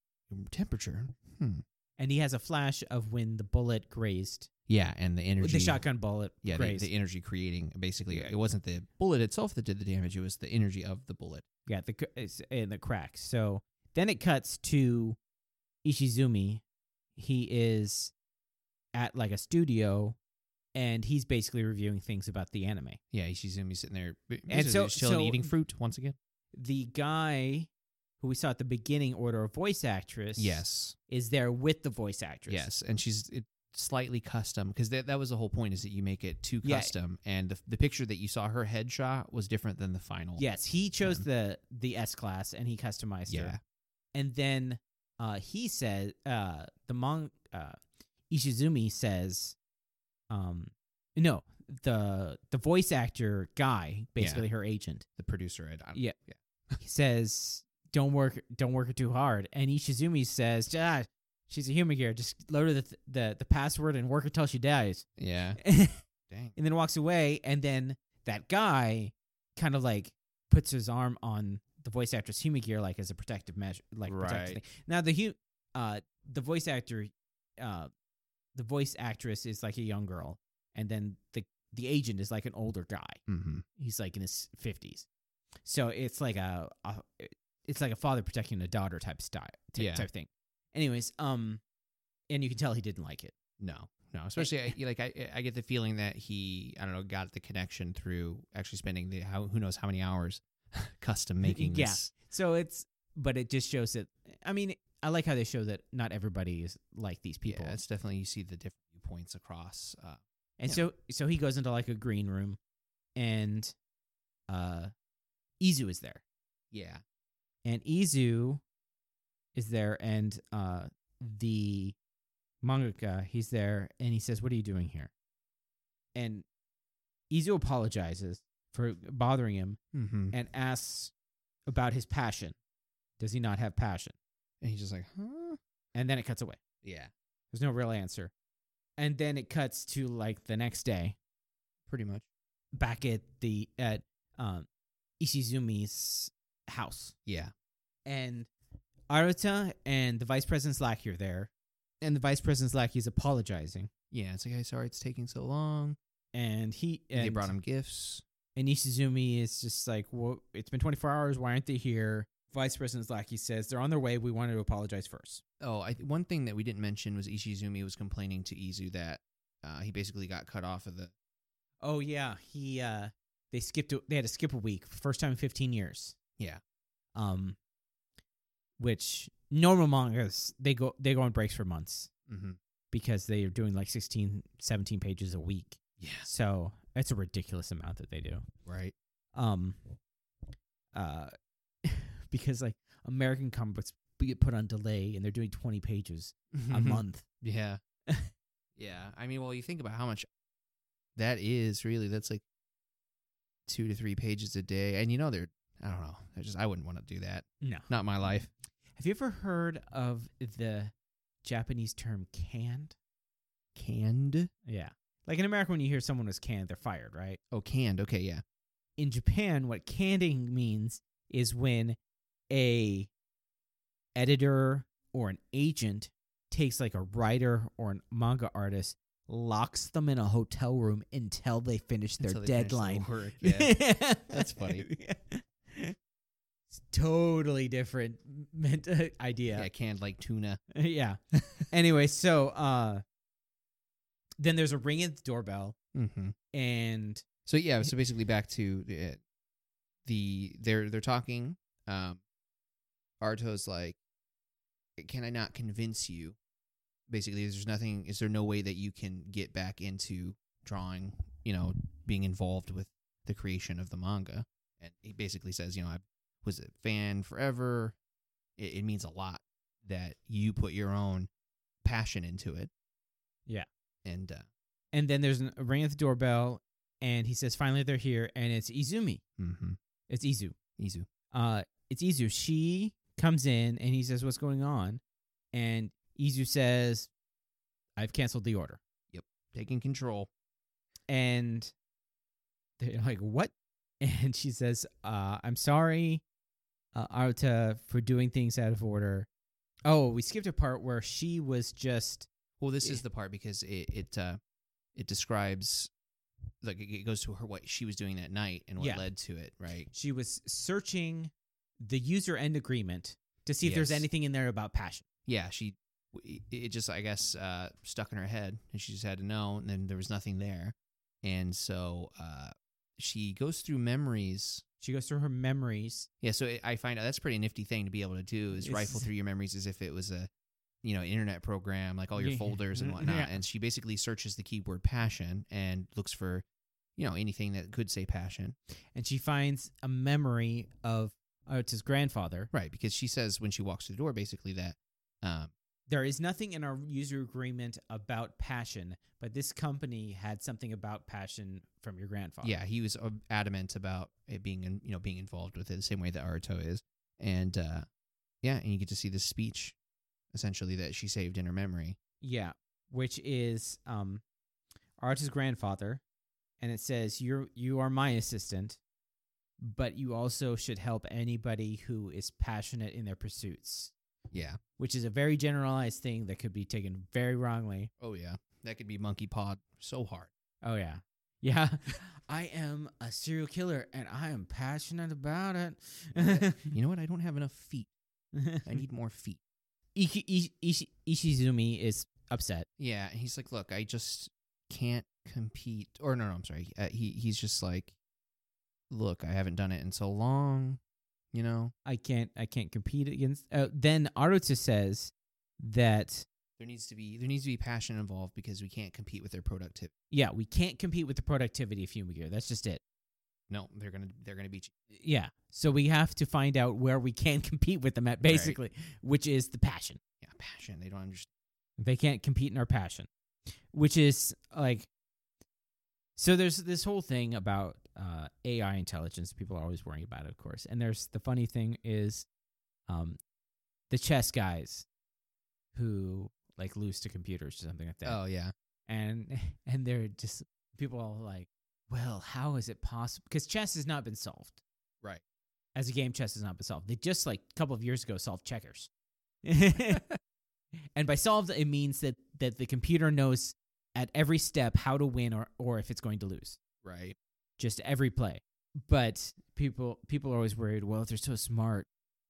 temperature, hmm,
And he has a flash of when the bullet grazed
yeah, and the energy,
the shotgun bullet
yeah, the,
grazed.
the energy creating. Basically, it wasn't the bullet itself that did the damage; it was the energy of the bullet.
yeah, the cr- it's in the cracks. So then it cuts to Ishizumi. He is at like a studio, and he's basically reviewing things about the anime.
Yeah, Ishizumi's sitting there, b-
And so-
basically just chilling,
so-
eating fruit once again.
The guy who we saw at the beginning order a voice actress.
Yes,
is there with the voice actress.
yes, and she's. It, Slightly custom because that, that was the whole point is that you make it too
Yeah.
custom and the, the picture that you saw her headshot was different than the final
Yes, he chose
Um,
the the S class and he customized
yeah
her. And then uh, he says, uh, the mon uh, Ishizumi says, um, no, the the voice actor guy, basically her agent,
the producer I, I
Yeah. he says, don't work, don't work her too hard. And Ishizumi says, ah, she's a human here. Just load her the th- the the password and work her till she dies. (laughs)
Yeah.
and
Dang.
then walks away. And then that guy kind of like puts his arm on the voice actress Huma Gear like as a protective measure, like protective
Right.
thing. Now the hu- uh the voice actor uh the voice actress is like a young girl and then the the agent is like an older guy.
Mm-hmm.
He's like in his 50s. So it's like a, a it's like a father protecting a daughter type style type,
Yeah.
type thing. Anyways, um and you can tell he didn't like it.
No, no. Especially I, like I, I get the feeling that he, I don't know, got the connection through actually spending the how who knows how many hours (laughs)
(laughs)
custom making
Yeah.
this.
So it's, but it just shows that. I mean, I like how they show that not everybody is like these people.
Yeah, it's definitely you see the different viewpoints across. Uh,
and
yeah.
so, so he goes into like a green room, and uh, Izu is there,
yeah,
and Izu is there, and uh, the mangaka he's there, and he says, "What are you doing here?" And Izu apologizes for bothering him
mm-hmm.
and asks about his passion. Does he not have passion?
and he's just like, huh?
And then it cuts away.
Yeah,
There's no real answer. And then it cuts to like the next day
pretty much.
back at the at um Ishizumi's house.
Yeah,
And Aruta and the vice president's lackey are there. And the vice president's lackey is apologizing.
yeah. It's like, hey, sorry, it's taking so long.
And he and
they brought him gifts.
And Ishizumi is just like, well, it's been 24 hours. Why aren't they here? Vice President's lackey says they're on their way. We wanted to apologize first.
Oh, I, one thing that we didn't mention was Ishizumi was complaining to Izu that uh, he basically got cut off of the
Oh yeah, he uh they skipped a, they had to skip a week, first time in 15 years.
Yeah.
Um which normal mangas they go they go on breaks for months
mm-hmm.
because they are doing like 16 17 pages a week.
yes,
So, it's a ridiculous amount that they do.
right.
Um uh (laughs) because like American comic books get put on delay and they're doing 20 pages
(laughs)
a
Mm-hmm.
month.
Yeah. yeah. I mean, well, you think about how much that is really. That's like two to three pages a day. And you know, they're, I don't know. I just, I wouldn't want to do that.
No.
Not my life.
Have you ever heard of the Japanese term canned?
Canned?
Yeah. Like in America, when you hear someone was canned, they're fired, right?
Oh, canned. Okay. Yeah.
In Japan, what canning means is when a editor or an agent takes like a writer or an manga artist
locks them in a hotel room until they finish their
Until they finish the
(laughs)
deadline.
work, yeah. That's funny.
Yeah.
It's totally different meant idea.
yeah, canned like tuna.
(laughs) yeah. anyway, so uh then there's a ring at the doorbell
Mm-hmm.
and
So yeah, so basically back to the, eh, the they're they're talking. Um, Arto's like, "Eh, "Can I not convince you?" Basically, is there's nothing. Is there no way that you can get back into drawing? You know, being involved with the creation of the manga. And he basically says, "You know, I was a fan forever. It, it means a lot that you put your own passion into it."
Yeah.
and uh,
and then there's an, a ring at the doorbell and he says finally they're here and it's Izumi.
mm-hmm.
It's Izu.
Izu.
Uh it's Izu. She comes in and he says what's going on and Izu says I've canceled the order.
taking control.
and they're like, "What?" (laughs) And she says, uh, "I'm sorry, uh, Aruta, for doing things out of order." Oh, we skipped a part where she was just
Well, this is
Yeah.
the part because it it uh, it describes like it it goes to her what she was doing that night and what
Yeah.
led to it, right?
she was searching the user end agreement to see if there's
Yes.
anything in there about passion.
Yeah, she it it just I guess uh, stuck in her head and she just had to know, and then there was nothing there, and so uh, she goes through memories.
She goes through her memories.
Yeah, so it, I find out that's a pretty nifty thing to be able to do is rifle
It's-
through your memories as if it was a you know internet program like all your
Yeah.
folders and
Mm,
whatnot.
yeah.
And she basically searches the keyword passion and looks for you know anything that could say passion.
And she finds a memory of Aruta's grandfather.
Right, because she says when she walks through the door, basically that um,
There is nothing in our user agreement about passion, but this company had something about passion from your grandfather.
yeah, he was uh, adamant about it being in, you know being involved with it the same way that Aruto is, and uh, yeah, and you get to see this speech essentially that she saved in her memory.
Yeah, which is um Arta's grandfather, and it says you're you are my assistant, but you also should help anybody who is passionate in their pursuits,
Yeah.
which is a very generalized thing that could be taken very wrongly.
Oh yeah, that could be Monkey Pod so hard.
Oh yeah. Yeah. (laughs) I am a serial killer and I am passionate about it. (laughs)
You know what? I don't have enough feet. I
Mm-hmm.
need more feet.
Iki, Ishi, Ishi, Ishizumi is upset.
Yeah, and he's like, look, I just can't compete. Or no, no, I'm sorry. Uh, he he's just like, look, I haven't done it in so long. You know,
I can't I can't compete against uh, then Aruta says that
there needs to be there needs to be passion involved because we can't compete with their productivity.
Yeah, we can't compete with the productivity of Fumigear. That's just it.
No, they're gonna they're gonna beat you.
Yeah. So we have to find out where we can (laughs) compete with them at basically, which is the passion.
Yeah, passion. They don't understand.
They can't compete in our passion, which is like so there's this whole thing about uh, AI intelligence. People are always worrying about it, of course. And there's the funny thing is um, the chess guys who like lose to computers or something like that.
Oh yeah,
and (laughs) and they're just people are like, well, how is it possible? Because chess has not been solved,
Right.
As a game, chess has not been solved. They just like a couple of years ago solved checkers, (laughs) and by solved it means that that the computer knows at every step how to win or or if it's going to lose,
right.
just every play. But people people are always worried. Well, if they're so smart,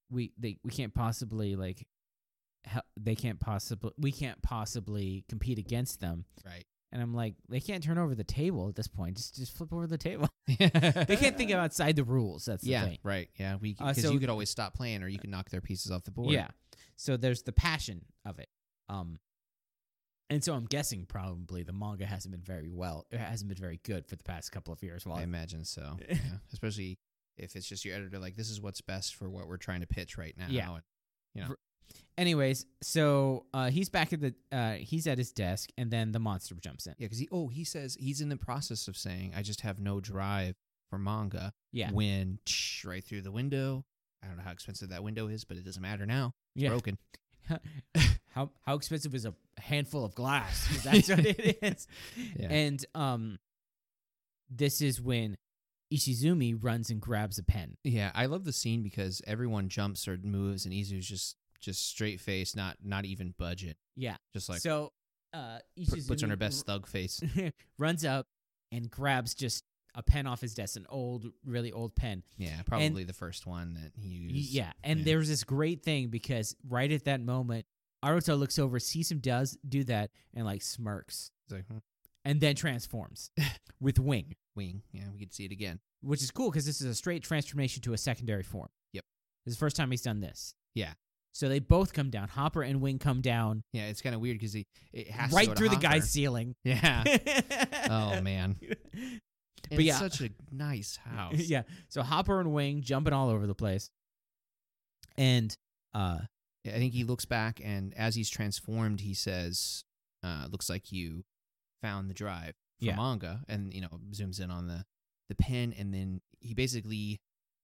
we they we can't possibly like. hel- They can't possibly, we can't possibly compete against them.
(laughs) Right.
And I'm like, they can't turn over the table at this point. Just just flip over the table. (laughs) they can't think of outside the rules. That's the
yeah.
thing.
Right. Yeah. We
Uh,
because
so-
you could always stop playing or you could knock their pieces off the board.
Yeah. So there's the passion of it. Um and so I'm guessing probably the manga hasn't been very well. It hasn't been very good for the past couple of years. While
I imagine so. yeah. Especially if it's just your editor, like this is what's best for what we're trying to pitch right now.
Yeah.
And yeah.
R- (laughs) anyways, so uh, he's back at the uh, he's at his desk, and then the monster jumps in.
yeah, because he oh he says he's in the process of saying I just have no drive for manga.
Yeah,
When tsh, right through the window. I don't know how expensive that window is, but it doesn't matter now. It's
yeah.
broken.
how how expensive is a handful of glass? (laughs) 'Cause that's what it is.
(laughs) Yeah.
And um, this is when Ishizumi runs and grabs a pen.
Yeah, I love the scene because everyone jumps or moves, and Izu's just just straight face, not not even budget,
Yeah.
just like
so uh,
Put, puts on her
Ishizumi
best
(laughs)
thug face.
runs up and grabs just a pen off his desk, an old, really old pen.
Yeah, probably the first one that he
Y-
used.
Yeah, and
yeah.
there was this great thing because right at that moment, Aruto looks over, sees him does do that, and like smirks,
It's like, hmm,
and then transforms (laughs) with wing,
wing. Yeah, we could see it again.
which is cool because this is a straight transformation to a secondary form.
Yep.
this is the first time he's done this.
Yeah.
So they both come down. Hopper and Wing come down
Yeah, it's kind of weird because he it has to go
right
to
through the
Hopper.
guy's (laughs) ceiling.
Yeah.
(laughs)
oh man.
But
it's
yeah.
such a nice house.
(laughs) yeah. So Hopper and Wing jumping all over the place. And uh
I think he looks back and as he's transformed, he says, uh, "Looks like you found the drive for
Yeah.
manga," and you know zooms in on the the pen, and then he basically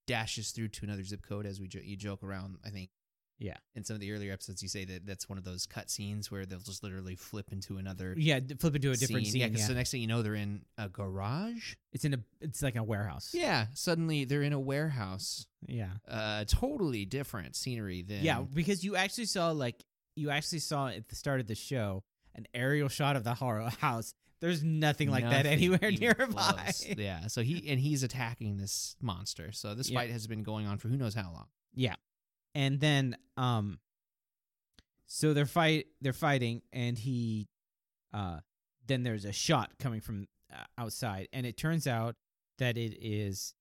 dashes through to another zip code as we jo- you joke around. I think.
Yeah.
In some of the earlier episodes, you say that that's one of those cut scenes where they'll just literally flip into another
yeah, d- flip into a different scene.
Yeah,
Yeah,
because the next thing you know, they're in a garage.
It's in a it's like a warehouse.
Yeah, suddenly they're in a warehouse.
Yeah.
Uh, totally different scenery than
Yeah, because you actually saw like you actually saw at the start of the show an aerial shot of the horror house. There's nothing like that
Nothing
anywhere (laughs)
even
nearby.
close. Yeah. So he and he's attacking this monster. So this
Yeah.
fight has been going on for who knows how long.
Yeah. And then um so they're fight they're fighting and he uh then there's a shot coming from uh, outside and it turns out that it is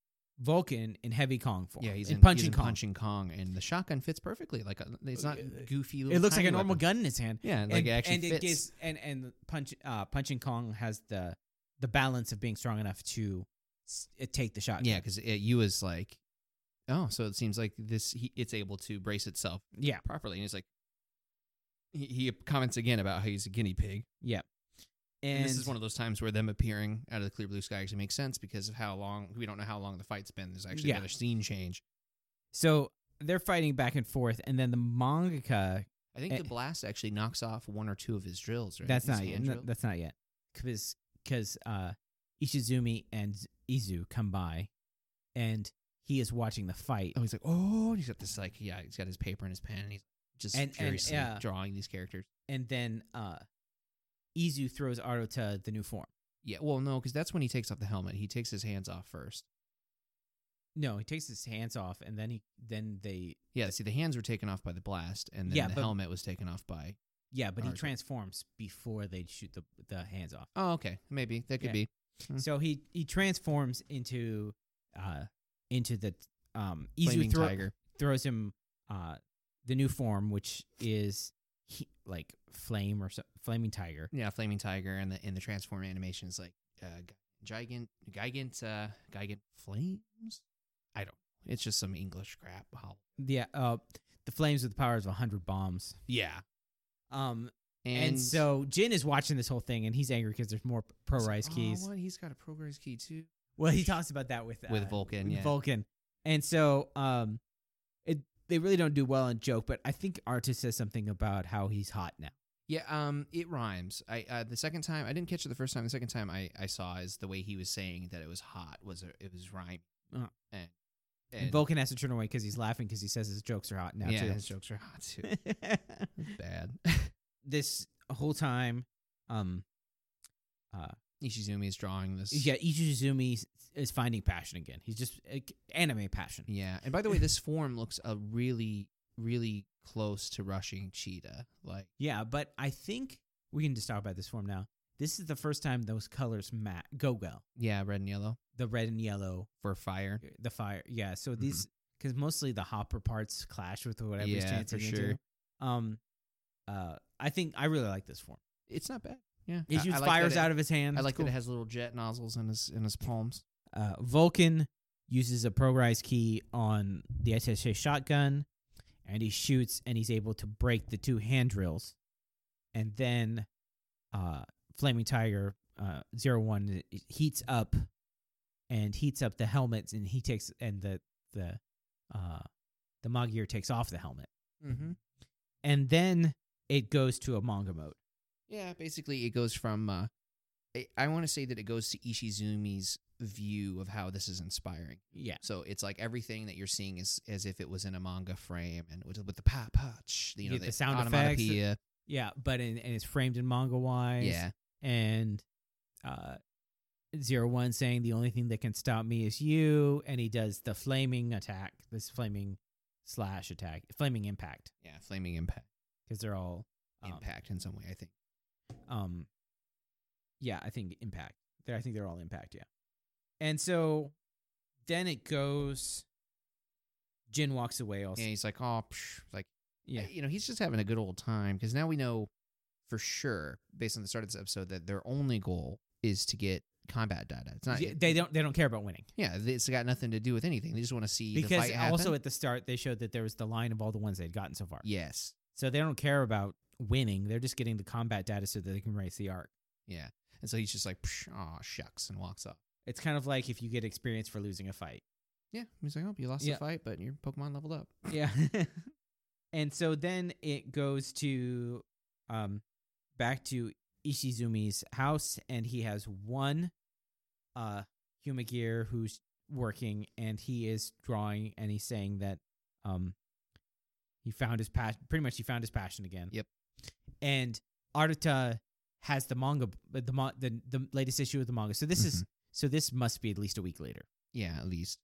Vulcan in heavy Kong form.
Yeah, he's
in
in,
punching
he's in
Kong.
punching Kong, and the shotgun fits perfectly. Like a, it's not
Uh,
goofy.
it
little
looks like a
tiny
normal
weapon.
gun in his hand.
Yeah, like
and,
it actually
and
fits.
it gives and and punch uh punching Kong has the the balance of being strong enough to s- uh, take the shot.
yeah, because you is like, oh, so it seems like this. He, it's able to brace itself
Yeah.
properly, and he's like, he, he comments again about how he's a guinea pig.
And,
And, this is one of those times where them appearing out of the clear blue sky actually makes sense because of how long we don't know how long the fight's been. There's actually
Yeah.
been a scene change.
so they're fighting back and forth and then the mangaka
I think
Eh.
the blast actually knocks off one or two of his drills. Right?
That's
His
not yet.
hand
No,
drill.
that's not yet. Because because uh, Ishizumi and Z- Izu come by, and he is watching the fight.
oh, he's like, oh, and he's got this like, yeah, he's got his paper and his pen, and he's just
And- and,
furiously
yeah.
drawing these characters.
And then uh, Izu throws Aruta the new form.
Yeah, well, no, because that's when he takes off the helmet. He takes his hands off first.
No, he takes his hands off, and then he then they
Yeah, see, the hands were taken off by the blast, and then
Yeah,
the
but-
helmet was taken off by.
yeah, but he
Aruta.
transforms before they shoot the the hands off.
Oh, okay, maybe that could
Yeah.
be. Hmm.
So he he transforms into uh into the um Izu
Flaming
throw,
tiger.
throws him uh the new form, which is he, like flame or so, flaming tiger.
Yeah, flaming tiger, and the and the transform animation is like uh, gi- gigant, gigant, uh, gigant flames. I don't. It's just some English crap. How?
Yeah, uh, the flames with the powers of a hundred bombs.
Yeah,
Um, and, so Jin is watching this whole thing, and he's angry because there's more pro
it's like,
rise
"Oh,
keys.
what? He's got a pro rise key too.
Well, he talks about that with uh,
With Vulcan,
with
yeah.
Vulcan, and so um, it they really don't do well in joke, but I think Artis says something about how he's hot now.
Yeah, um, it rhymes. I uh, the second time I didn't catch it the first time. The second time I I saw is the way he was saying that it was hot was a, it was rhyme.
Uh.
and,
And, Vulcan has to turn away because he's laughing because he says his jokes are hot now
yeah,
too.
his jokes are hot too. Bad.
(laughs)
(laughs)
this whole time, um, uh,
Ishizumi is drawing this.
yeah, Ichizumi is- is finding passion again. He's just like, anime passion.
Yeah, and by the way, this form looks a really, really close to rushing cheetah. Like,
Yeah, but I think we can just talk about this form now. This is the first time those colors ma go well.
yeah, red and yellow
The red and yellow,
for fire.
the fire. Yeah, so
Mm-hmm.
these because mostly the hopper parts clash with whatever he's
Yeah,
chancing
for
into. Um, uh, I think I really like this form.
It's not bad. Yeah,
He
I- I
shoots
like
fires
that it-
out of his hand.
I
It's
like
cool.
that it has little jet nozzles in his in his palms.
Uh, Vulcan uses a progrise key on the SSJ shotgun, and he shoots, and he's able to break the two hand drills. And then, uh, Flaming Tiger uh, zero one it heats up, and heats up the helmets, and he takes and the the uh, the Magyar takes off the helmet,
Mm-hmm.
and then it goes to a manga mode.
Yeah, basically, it goes from. Uh, I, I want to say that it goes to Ishizumi's view of how this is inspiring.
Yeah,
So it's like everything that you're seeing is as if it was in a manga frame and with, with the pa pa, ch, you know,
Yeah, the sound effects,
onomatopoeia.
Yeah, but in, and it's framed in manga wise.
Yeah.
and uh, Zero One saying the only thing that can stop me is you, and he does the flaming attack, this flaming slash attack, flaming impact,
Yeah. Flaming impact.
because they're all um,
Impact in some way, I think.
um, yeah, I think impact. They're, I think they're all impact. Yeah, and so then it goes. Jin walks away. Also,
And he's like, oh, psh, like,
yeah,
you know, he's just having a good old time because now we know for sure, based on the start of this episode, that their only goal is to get combat data. It's not. e
Yeah, they don't. They don't care about winning
Yeah, it's got nothing to do with anything. They just want to see the
because
fight happen.
also at the start they showed that there was the line of all the ones they'd gotten so far.
yes,
So they don't care about winning. They're just getting the combat data so that they can race the arc.
yeah. And so he's just like, oh shucks, and walks off.
It's kind of like if you get experience for losing a fight.
Yeah, he's like, oh, you lost
Yeah.
the fight, but your Pokemon leveled up.
Yeah. (laughs) and so then it goes to um back to Ishizumi's house and he has one uh Humagear who's working and he is drawing and he's saying that um he found his passion pretty much he found his passion again.
Yep.
And Arata has the manga uh, the mo- the, the latest issue of the manga. So this is so this must be at least a week later
Yeah, at least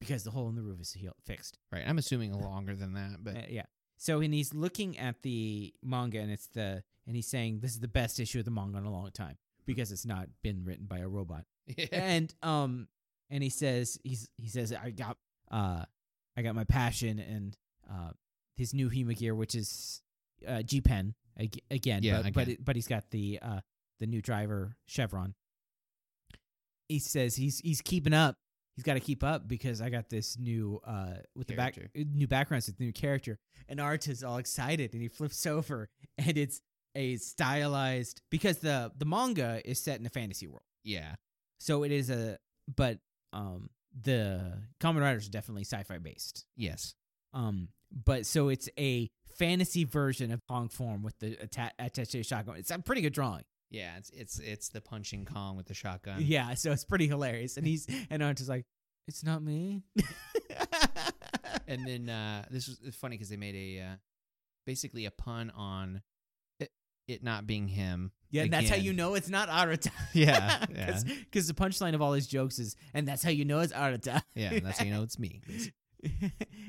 because the hole in the roof is heal- fixed.
right. I'm assuming longer than that, but
Uh, yeah. So and he's looking at the manga and it's the and he's saying this is the best issue of the manga in a long time because it's not been written by a robot.
(laughs) yeah,
and um and he says he's he says I got uh I got my passion and uh his new Hema gear which is uh G Pen ag- again
Yeah,
but but
again.
it, but he's got the uh the new driver Chevron. He says he's he's keeping up. He's got to keep up because I got this new uh with
Character.
the back new backgrounds with the new character and Art is all excited and he flips (laughs) over and it's a stylized because the the manga is set in a fantasy world.
yeah,
So it is a but um the Common Rider is definitely sci-fi based.
yes,
Um but so it's a fantasy version of Kong form with the atta- attaché shotgun. It's a pretty good drawing.
yeah. It's it's it's the punching Kong with the shotgun.
Yeah, so it's pretty hilarious. And he's and I'm just like, it's not me. (laughs)
And then uh, this was it's funny because they made a uh, basically a pun on it, it not being him. (laughs)
yeah, and that's how
Again.
you know it's not Arata. (laughs)
Yeah, yeah,
because the punchline of all his jokes is, and that's how you know it's Arata. (laughs)
yeah. And that's how you know it's me.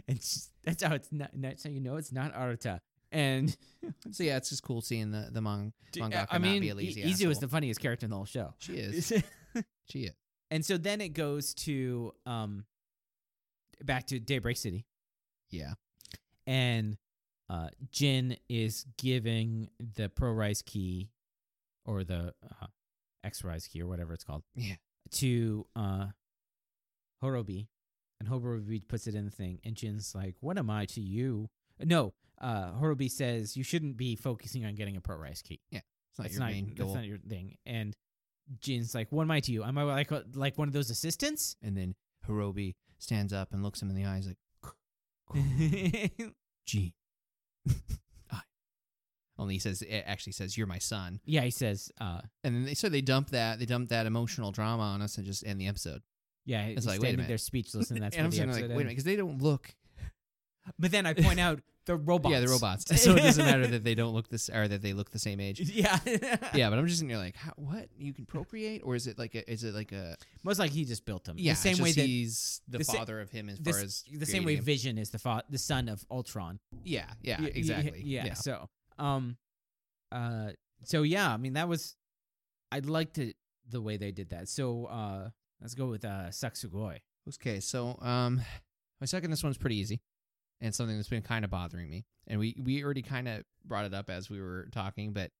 and she's- that's how it's not. That's how you know it's not Arata. And
So yeah, it's just cool seeing the the manga. Mangaka
I
not
mean,
be a lazy
I- Izu is
asshole.
the funniest character in the whole show. (laughs)
She is. She is.
and so then it goes to um, back to Daybreak City,
Yeah.
and uh, Jin is giving the Pro Rise key, or the uh, X Rise key, or whatever it's called,
Yeah.
to uh, Horobi, and Horobi puts it in the thing, and Jin's like, "What am I to you?" No, uh, Horobi says you shouldn't be focusing on getting a Pro Rise key.
It's not
that's
your
not
main
that's
goal.
not your thing. And Jin's like, "What am I to you? Am I like uh, like one of those assistants?"
and then Hirobi stands up and looks him in the eyes like,
(laughs) yeah,
(laughs) gee. I. Only he says, it actually says, you're my son.
he says, uh,
And then they, so they dump that, they dump that emotional drama on us and just end the episode.
"Yeah,
It's
he's
like, wait a
standing
minute.
there speechless,"
(laughs)
and that's
and
where
I'm
the
sitting there
episode
like, wait a minute,
ends.
because they don't look.
But then I point out the robots.
Yeah, they're robots. So it doesn't matter that they don't look this, or that they look the same age.
(laughs) yeah,
Yeah, but I'm just sitting there like, How, what? You can procreate? Or is it like a, is it like a,
(laughs) Most like he just built them.
yeah,
the same
it's
way
just
that
he's the,
the sa-
father of him as
this-
far as
the same way
creating him.
Vision is the fa- the son of Ultron.
Yeah, yeah,
Y- y-
exactly.
Yeah, So, um, uh, so yeah, I mean that was, I liked it the way they did that. So, uh, let's go with uh Saksugoi.
Okay, so um, my second this one's pretty easy, and something that's been kind of bothering me, and we we already kind of brought it up as we were talking, but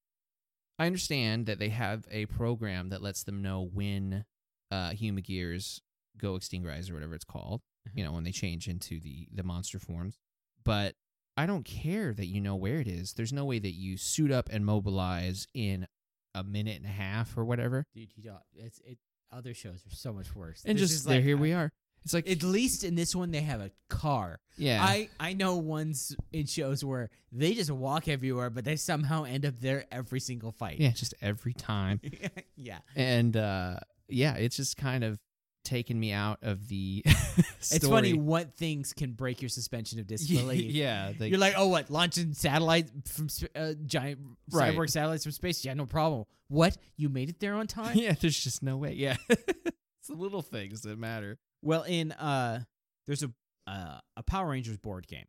I understand that they have a program that lets them know when uh human gears go extinguished or whatever it's called,
Mm-hmm.
you know, when they change into the the monster forms, but I don't care that you know where it is. There's no way that you suit up and mobilize in a minute and a half or whatever,
Dude, you don't. It's it. Other shows are so much worse.
and
This
just
is
there,
like-
here we are. It's like
At least in this one, they have a car.
yeah,
I I know ones in shows where they just walk everywhere, but they somehow end up there every single fight.
yeah, just every time.
(laughs) yeah.
and uh yeah it's just kind of taken me out of the (laughs) story.
It's funny
(laughs)
what things can break your suspension of disbelief.
yeah, like,
You're like, oh, what? Launching satellites from sp- uh, giant
Right.
cyborg satellites from space? Yeah, no problem. What? You made it there on time?
(laughs) yeah. There's just no way. Yeah, (laughs) it's the little things that matter.
Well, in uh, there's a uh, a Power Rangers board game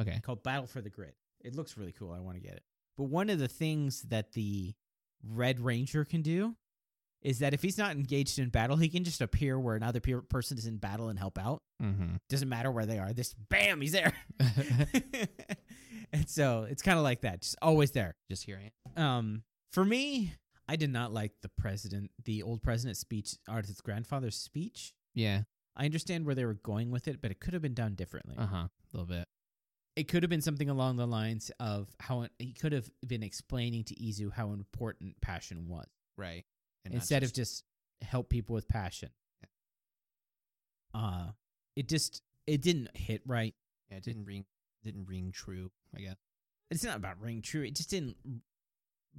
Okay.
called Battle for the Grid. It looks really cool. I want to get it. But one of the things that the Red Ranger can do is that if he's not engaged in battle, he can just appear where another pe- person is in battle and help out.
Mm-hmm. (laughs)
Doesn't matter where they are. This bam, he's there. (laughs) and so it's kind of like that, just always there.
just hearing it.
Um, for me, I did not like the president, the old president's speech, or his grandfather's speech.
Yeah.
I understand where they were going with it, but it could have been done differently.
Uh huh. A little bit.
It could have been something along the lines of how it, he could have been explaining to Izu how important passion was
Right. And not
instead of just help people with passion. Uh, it just it didn't hit right.
yeah, it didn't ring didn't ring true. I (laughs) guess.
It's not about ring true. It just didn't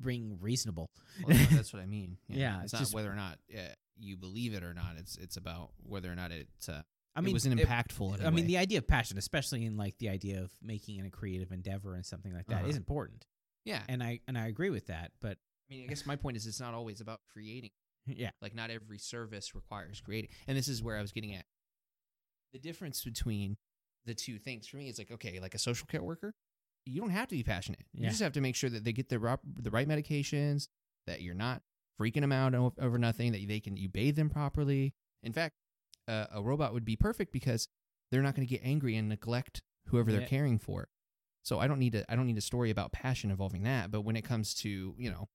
ring reasonable.
Well, no, that's what I mean.
Yeah,
it's,
it's
not
just-
whether or not uh, you believe it or not. It's it's about whether or not it. Uh,
I mean,
it was an
it-
impactful. in a
I mean,
way.
the idea of passion, especially in like the idea of making it a creative endeavor and something like that, is
Uh-huh.
important.
yeah.
And I and I agree with that. But
I mean, I guess my point is, it's not always about creating.
(laughs) yeah,
Like, not every service requires creating. And this is where I was getting at. The difference between the two things for me is like, okay, like a social care worker, you don't have to be passionate. You
Yeah.
just have to make sure that they get the rop- the right medications, that you're not freaking them out o- over nothing, that they can you bathe them properly. In fact, uh, a robot would be perfect because they're not going to get angry and neglect whoever they're
Yeah.
caring for. So I don't need a I don't need a story about passion involving that. But when it comes to you know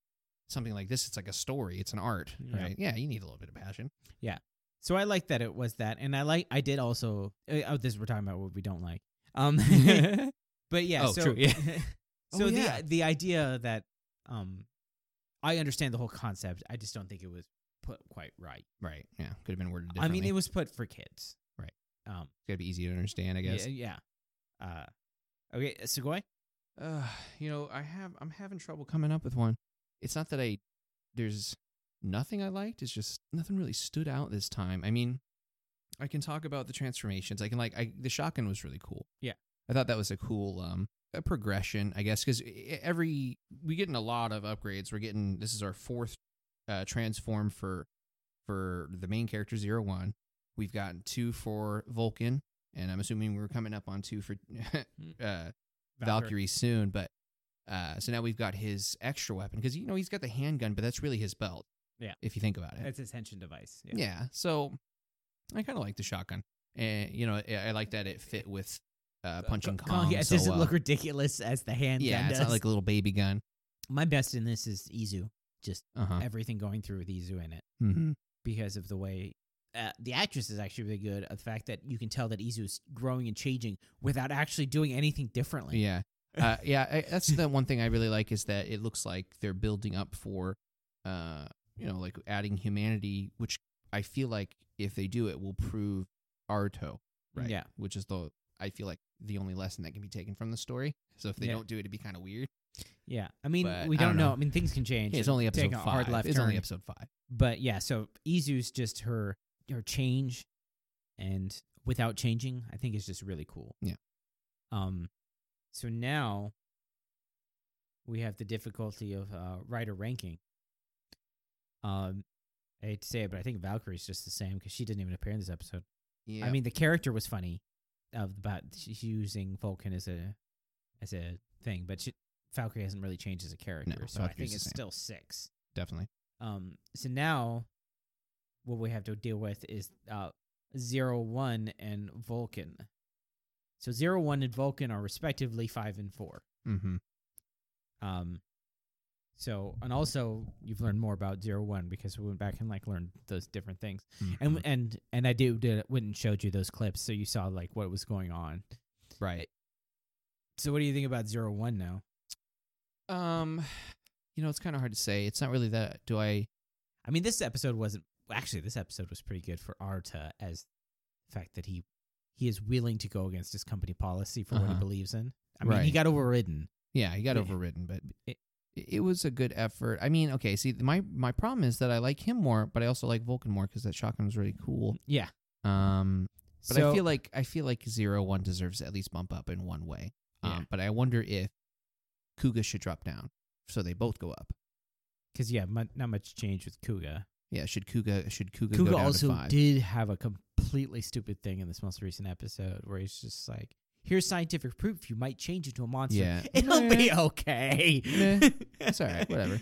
something like this, it's like a story. It's an art,
Yeah.
right? Yeah, you need a little bit of passion.
so I like that it was that, and I like I did also. Uh, oh, this we're talking about what we don't like.
(laughs)
Um, (laughs) but yeah,
Oh,
so
true,
(laughs)
yeah.
so
Oh,
the
yeah.
the idea that um, I understand the whole concept. I just don't think it was put quite right.
right? Yeah, could have been worded.
I
Differently.
mean, it was put for kids,
Right.
Um,
it's gotta be easy to understand, I guess.
yeah, yeah. Uh, okay, Sugoi.
Uh, you know, I have I'm having trouble coming up with one. It's not that I there's nothing I liked. It's just nothing really stood out this time. I mean, I can talk about the transformations. I can like I the shotgun was really cool.
Yeah.
I thought that was a cool um a progression, I guess, because every we getting a lot of upgrades. We're getting this is our fourth uh transform for for the main character zero one. We've gotten two for Vulcan, and I'm assuming we're coming up on two for (laughs) uh Valkyrie soon, but uh, so now we've got his extra weapon because you know he's got the handgun, but that's really his belt.
Yeah.
if you think about it.
That's his tension device.
yeah. so I kind of like the shotgun, and you know I, I like that it fit with uh, punching
Co-
Kong.
yeah, it
so
doesn't
well.
look ridiculous as the hand.
yeah,
gun
it's
does.
not like a little baby gun.
my best in this is Izu. Just (laughs)
Uh huh.
everything going through with Izu in it
Mm-hmm.
because of the way uh, the actress is actually really good. Of the fact that you can tell that Izu is growing and changing without actually doing anything differently.
Yeah, (laughs) uh, yeah. I, that's the one thing I really like is that it looks like they're building up for, uh, you know, like adding humanity, which I feel like if they do it, will prove Arto, right?
Yeah.
which is the I feel like the only lesson that can be taken from the story. So if they
Yeah.
don't do it, it'd be kind of weird.
(laughs) Yeah. I mean,
But
we
I
don't,
don't
know.
know.
I mean, things can change.
it's
and
only episode
take a
five.
hard left
it's
turn.
only episode five.
but yeah, so Izu's just her her change and without changing, I think is just really cool.
Yeah.
Um so now we have the difficulty of uh writer ranking. Um I hate to say it, but I think Valkyrie's just the same because she didn't even appear in this episode.
Yeah,
I mean, the character was funny of about she's using Vulcan as a as a thing, but she, Valkyrie hasn't really changed as a character, so I think
Valkyrie's the
it's
same.
still six.
definitely.
Um, so now what we have to deal with is uh, zero one and Vulcan. So zero one and Vulcan are respectively five and four.
Mm-hmm.
Um, so and also you've learned more about zero one because we went back and like learned those different things. And and and I do did went and showed you those clips so you saw like what was going on.
Mm-hmm. right.
So what do you think about zero one now?
Um, you know, it's kind of hard to say. It's not really that. Do I?
I mean, this episode wasn't actually. This episode was pretty good for Arta as the fact that he he is willing to go against his company policy for what he
Uh-huh.
believes in. I mean, he
Right.
got overridden.
Yeah, he got
Yeah.
overridden, but
It-
i- it was a good effort. I mean, okay, see, my my problem is that I like him more, but I also like Vulcan more because that shotgun was really cool.
Yeah.
Um, but
so,
I feel like I feel like zero one deserves to at least bump up in one way.
Yeah.
Um, but I wonder if Kuga should drop down so they both go up.
because yeah, mu- not much change with Kuga.
Yeah, should Kuga should Kuga, go
Kuga
down to
also
five?
did have a completely stupid thing in this most recent episode where he's just like, "Here's scientific proof. You might change into a monster.
Yeah.
It'll
Nah.
be okay.
Nah. It's all
(laughs)
right, whatever.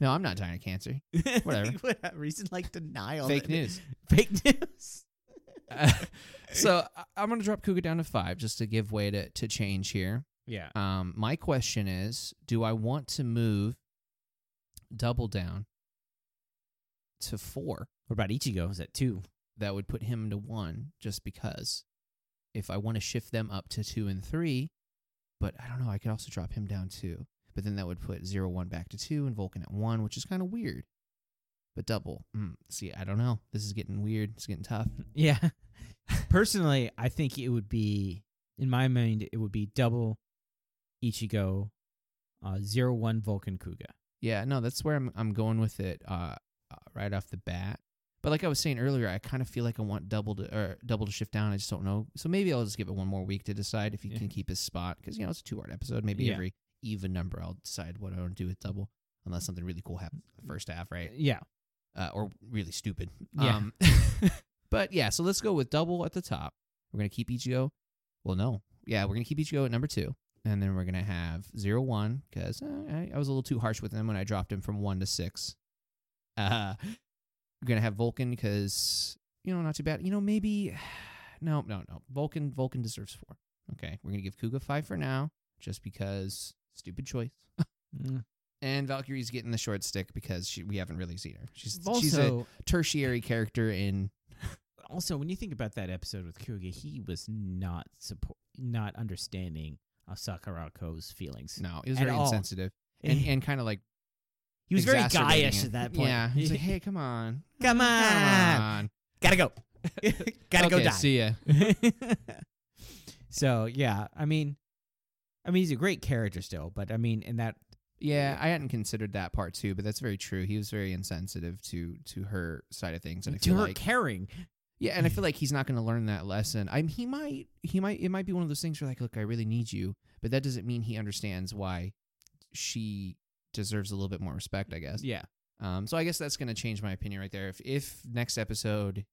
No, I'm not dying of cancer. Whatever.
Like, what- reason like denial.
Fake
that-
news.
(laughs)
(laughs)
Fake news.
so I- I'm gonna drop Kuga down to five just to give way to to change here.
yeah.
Um, my question is, do I want to move double down to four?
What about Ichigo? Is that two? (laughs)
that would put him to one just because if I want to shift them up to two and three, but I don't know, I could also drop him down two. But then that would put zero one back to two and Vulcan at one, which is kind of weird. But double. Mm, see, I don't know. This is getting weird. It's getting tough.
Yeah. Personally, I think it would be, in my mind, it would be double Ichigo, uh, zero one Vulcan Kuga.
Yeah, no, that's where I'm I'm going with it uh, uh, right off the bat. But like I was saying earlier, I kind of feel like I want double to or double to shift down. I just don't know. So maybe I'll just give it one more week to decide if he
Yeah.
can keep his spot because you know it's a two part episode. Maybe
Yeah.
every even number I'll decide what I want to do with double, unless something really cool happens
Mm.
in the first half, right?
Yeah.
Uh, or really stupid.
Yeah.
Um, (laughs) but yeah, so let's go with double at the top. We're gonna keep Ichigo. Well, no, yeah, we're gonna keep Ichigo at number two, and then we're gonna have zero one because I, I was a little too harsh with him when I dropped him from one to six. Uh, we're gonna have Vulcan because you know not too bad. You know maybe (sighs) no no no Vulcan Vulcan deserves four. Okay, we're gonna give Kuga five for now just because stupid choice.
Mm.
And Valkyrie's getting the short stick because she, we haven't really seen her. She's she's a
Also,
tertiary character in
also, when you think about that episode with Kuga, he was not support, not understanding uh, Sakurako's feelings.
no, it was
At
very
all. (laughs)
insensitive and and kind of like
he was very
exacerbating
guyish
it.
at that point.
Yeah, he's
(laughs)
like, hey, come on,
come
come
on,
on,
gotta go, (laughs) gotta go
Okay,
die.
See ya.
(laughs) so yeah, I mean, I mean, he's a great character still, but I mean, in that
Yeah, I hadn't considered that part too, but that's very true. He was very insensitive to to her side of things, and I
to
feel
her
like
caring,
yeah, and I feel like he's not going to learn that lesson. I'm he might he might it might be one of those things where like, look, I really need you, but that doesn't mean he understands why she deserves a little bit more respect, I guess.
yeah,
Um, so I guess that's going to change my opinion right there. If if next episode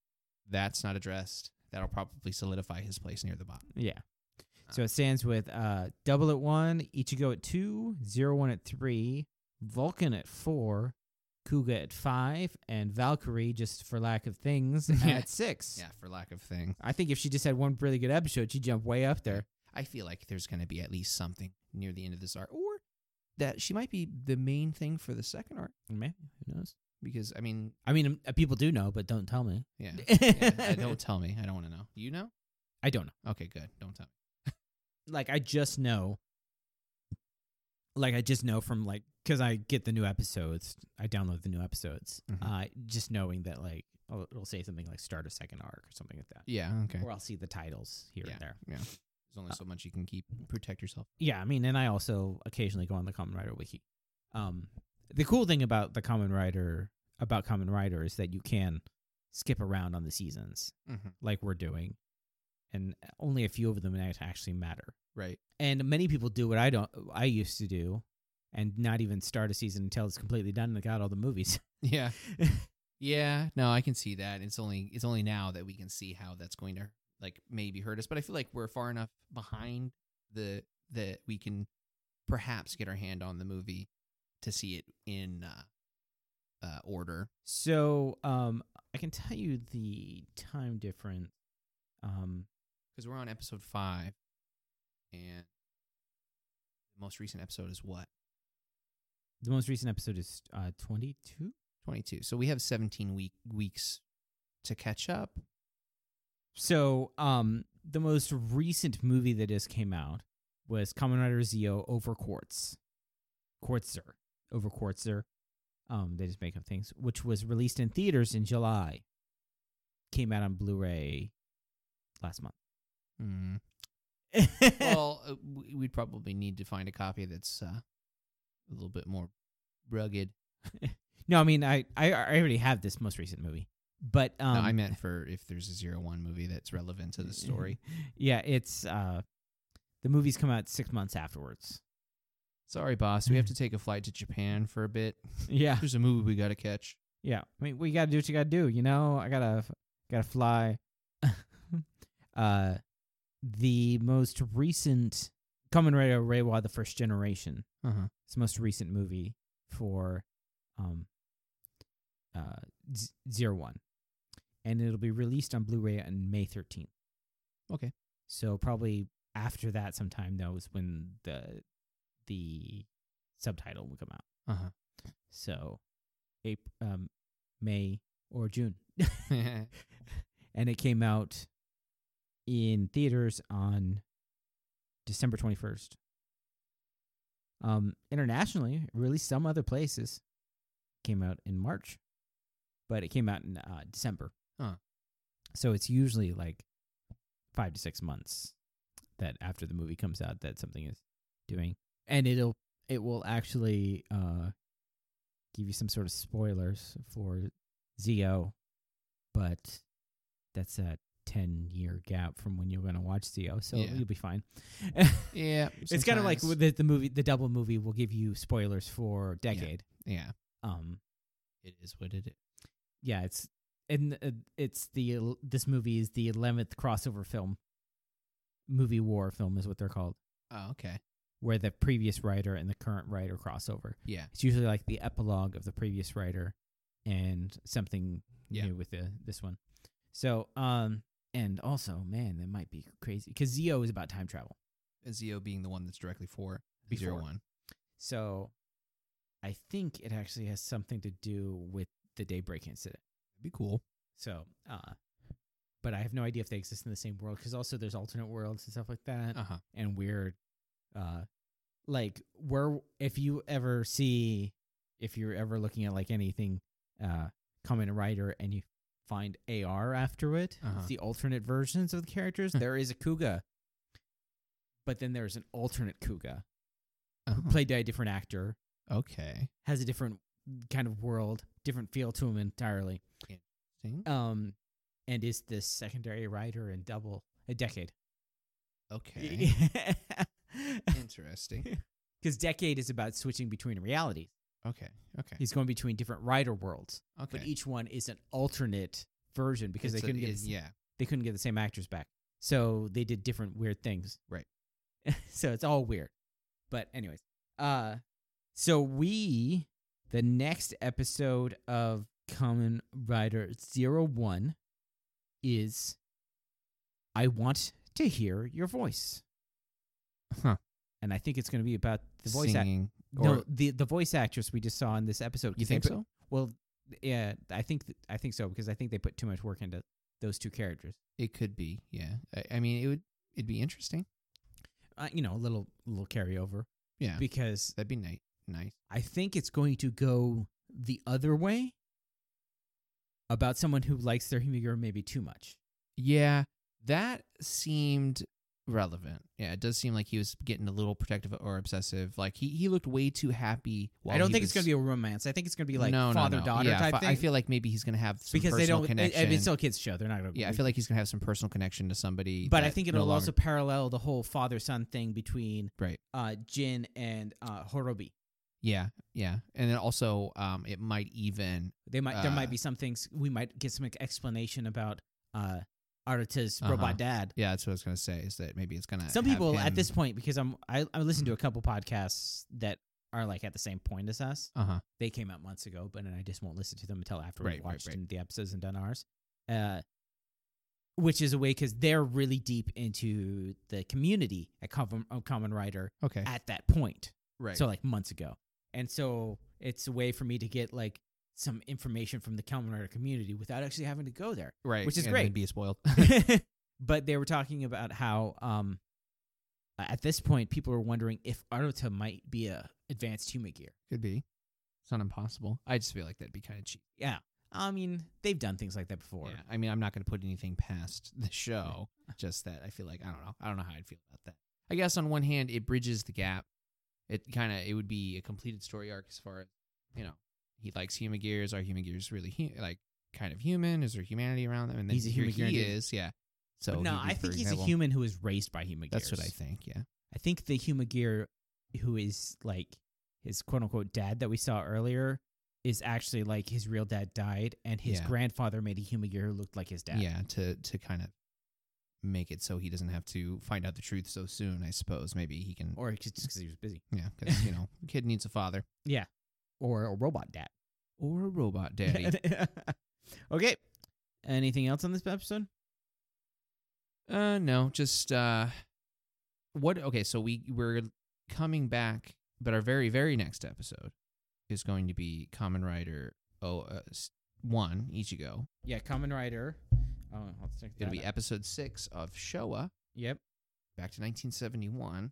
that's not addressed, that'll probably solidify his place near the bottom.
yeah.
Ah.
So it stands with uh, double at one, Ichigo at two, zero one at three, Vulcan at four, Kuga at five, and Valkyrie just for lack of things
(laughs) Yeah.
at six.
Yeah, for lack of thing.
I think if she just had one really good episode, she'd jump way up there.
I feel like there's going to be at least something near the end of this arc, or that she might be the main thing for the second arc.
Maybe who knows?
Because I mean,
I mean, um, uh, people do know, but don't tell me.
yeah, yeah I-
(laughs)
(laughs) don't tell me. I don't want to know. You know?
I don't know.
Okay, good. Don't tell. me.
like I just know, like I just know from like because I get the new episodes, I download the new episodes.
Mhm.
Uh, just knowing that like oh, it'll say something like start a second arc or something like that,
Yeah. Okay.
or I'll see the titles here and there.
Yeah. There's only so much you can keep protect yourself.
Yeah, I mean, and I also occasionally go on the Common Rider wiki. Um, the cool thing about the Common Rider about Common Rider is that you can skip around on the seasons
Mm-hmm.
like we're doing, and only a few of them act- actually matter.
Right.
and many people do what I don't I used to do and not even start a season until it's completely done and they got all the movies. (laughs)
Yeah. yeah. No, I can see that. It's only it's only now that we can see how that's going to like maybe hurt us. But I feel like we're far enough behind the that we can perhaps get our hand on the movie to see it in uh, uh order.
so um I can tell you the time difference. Um
Because we're on episode five and the most recent episode is what?
the most recent episode is uh twenty two?
Twenty two. So we have seventeen week weeks to catch up.
So um the most recent movie that just came out was Kamen Rider Zeo over Quartz. Quartzer. Over Quartzer. Um, they just make up things, which was released in theaters in July. Came out on Blu-ray last month.
Mm.
(laughs)
well, uh, w- we'd probably need to find a copy that's uh, a little bit more rugged.
No, I mean I, I I already have this most recent movie, but um,
no, I meant for if there's a zero one movie that's relevant to the story.
(laughs) yeah, it's uh, the movies come out six months
(laughs)
afterwards.
Sorry, boss. We have to take a flight to Japan for a
(laughs)
bit.
Yeah,
There's a movie we got to catch.
yeah. I mean, we gotta do what you gotta do. You know, I gotta gotta fly. (laughs) uh, the most recent Kamen Rider Reiwa: The First Generation.
Uh huh.
It's the most recent movie for um uh Z- Zero One, and it'll be released on Blu-ray on May thirteenth.
Okay.
So probably after that, sometime though, is when the the subtitle will come out.
Uh huh.
So, April, um, May or June, and it came out in theaters on December twenty first. Um, internationally, really some other places came out in March, but it came out in uh, December.
Huh.
So it's usually like five to six months that after the movie comes out that something is doing, and it'll it will actually uh, give you some sort of spoilers for Zio, but that's a ten year gap from when you're going to watch Zio, so
Yeah.
you'll be fine.
(laughs)
(laughs)
yeah.
It's kind of like
sometimes.
with the, the movie, the double movie will give you spoilers for decade.
yeah.
Um,
It is what it is.
yeah, it's and uh, it's the el- this movie is the eleventh crossover film, movie war film is what they're called,
Oh, okay.
where the previous writer and the current writer crossover.
Yeah.
It's usually like the epilogue of the previous writer and something
Yeah.
new with the this one. So, um, and also, man, that might be crazy because Zio is about time travel.
Zio being the one that's directly for
Before.
Zero One.
So I think it actually has something to do with the Daybreak incident.
Be cool.
So, uh, but I have no idea if they exist in the same world because also there's alternate worlds and stuff like that
Uh huh.
and weird. Uh, like where if you ever see if you're ever looking at like anything, uh, Kamen Rider and you find AR after it,
Uh-huh. Hmm.
it's the alternate versions of the characters.
Huh.
there is a Kuga, but then there's an alternate Kuga
Uh-huh.
played by a different actor
Okay.
has a different kind of world, different feel to him entirely.
Interesting.
Um, and is the secondary writer in double a decade? (laughs)
Okay.
Because (laughs)
Interesting.
decade is about switching between realities.
Okay. Okay.
He's going between different writer worlds,
Okay.
but each one is an alternate version because
It's
they
a-
couldn't get
it-
the s-
yeah. (laughs)
they couldn't get the same actors back, so they did different weird things.
Right.
(laughs) so it's all weird. But anyways, uh, so we the next episode of Common Rider Zero One is I want to hear your voice.
Huh.
And I think it's going to be about the voice act-
Singing. or,
no the the voice actress we just saw in this episode. 'cause
you
they
think
put-
so?
Well, yeah, I think th- I think so because I think they put too much work into those two characters.
It could be. Yeah. I, I mean, it would. It'd be interesting.
Uh, you know, a little little carryover
Yeah.
because
That'd be nice. Nice.
I think it's going to go the other way about someone who likes their humor maybe too much.
Yeah, that seemed relevant. Yeah, it does seem like he was getting a little protective or obsessive. Like he, he looked way too happy. While
I don't think it's going to be a romance. I think it's going to be like
no, no,
father daughter
no. Yeah,
type
fa-
thing.
I feel like maybe he's going to have some
because they
personal
don't. I-
connection.
I mean, it's still a kids show. They're not. Gonna,
yeah, I feel like he's going to have some personal connection to somebody.
But I
that
think
no
it'll
longer-
also parallel the whole father son thing between
Right.
uh, Jin and uh, Horobi.
Yeah, yeah, and then also um, it might even
They might there might
Uh,
be some things we might get some explanation about uh, Arata's
Uh-huh.
robot dad.
yeah. That's what I was going to say is that maybe it's going to
some people at this point because i'm i, I listened to a couple podcasts that are like at the same point as us
Uh huh.
they came out months ago but and i just won't listen to them until after
Right,
we've
right,
watched
right.
the episodes and done ours uh which is a way because they're really deep into the community at common, of common writer
Okay.
at that point
right.
so like months ago and so it's a way for me to get like some information from the common writer community without actually having to go there
right.
which is
and then
great.
Be spoiled.
(laughs)
(laughs)
but they were talking about how um at this point people were wondering if Arata might be a advanced human gear.
Could be. It's not impossible. I just feel like that'd be kind of cheap.
I mean, they've done things like that before.
Yeah, I mean, I'm not going to put anything past the
(laughs)
show. just that I feel like I don't know. I don't know how I'd feel about that. I guess on one hand, it bridges the gap. It kind of it would be a completed story arc as far as you know, he likes human gears. Are human gears really hu- like kind of human? Is there humanity around them? And then
He's a
here
human
he
gear, dude.
is, yeah. So
But no,
he'd be,
I
for
think he's
example-
a human who is raised by human
That's what I
gears.
think. Yeah.
I think the Humagear, who is like his quote unquote dad that we saw earlier, is actually like his real dad died, and his
Yeah.
grandfather made a Humagear who looked like his dad.
Yeah, to to kind of make it so he doesn't have to find out the truth so soon. I suppose maybe he can.
Or just because he was busy.
yeah, because you know, kid needs a father
Or a robot dad.
or
(laughs)
a robot daddy.
okay. Anything else on this episode?
uh, no, just uh, what? Okay, so we we're coming back, but our very very next episode is going to be Common Rider oh uh, s- one Ichigo.
Yeah, Common Rider. Oh, I'll check that
It'll be
out.
episode six of Showa,
Yep.
back to 1971.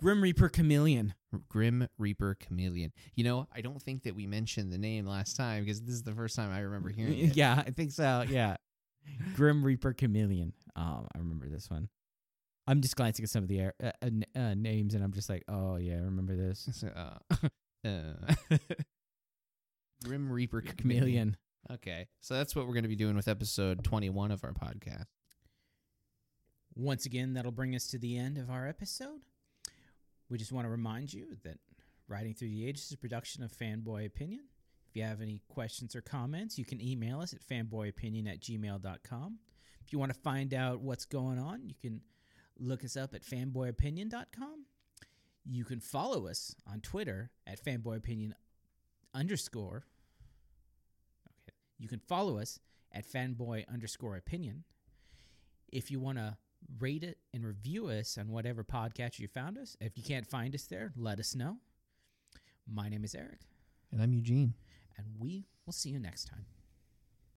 Grim Reaper Chameleon.
Grim Reaper Chameleon. You know, I don't think that we mentioned the name last time because this is the first time I
(laughs)
remember hearing it. (laughs)
yeah, I think so. Yeah. Grim Reaper Chameleon. Um, I remember this one. I'm just glancing at some of the air, uh, uh, n- uh, names and I'm just like, oh, yeah, I remember this.
So, uh, (laughs) uh, (laughs) Grim Reaper Chameleon.
(laughs) Chameleon.
Okay. So that's what we're going to be doing with episode 21 of our podcast.
Once again, that'll bring us to the end of our episode. We just want to remind you that Riding Through the Ages is a production of Fanboy Opinion. If you have any questions or comments, you can email us at fanboyopinion at gmail.com. If you want to find out what's going on, you can look us up at fanboyopinion.com. You can follow us on Twitter at fanboyopinion underscore. Okay. You can follow us at fanboy underscore opinion. If you want to rate it and review us on whatever podcast you found us, if you can't find us there, let us know. My name is Eric,
And I'm Eugene.
and we will see you next time.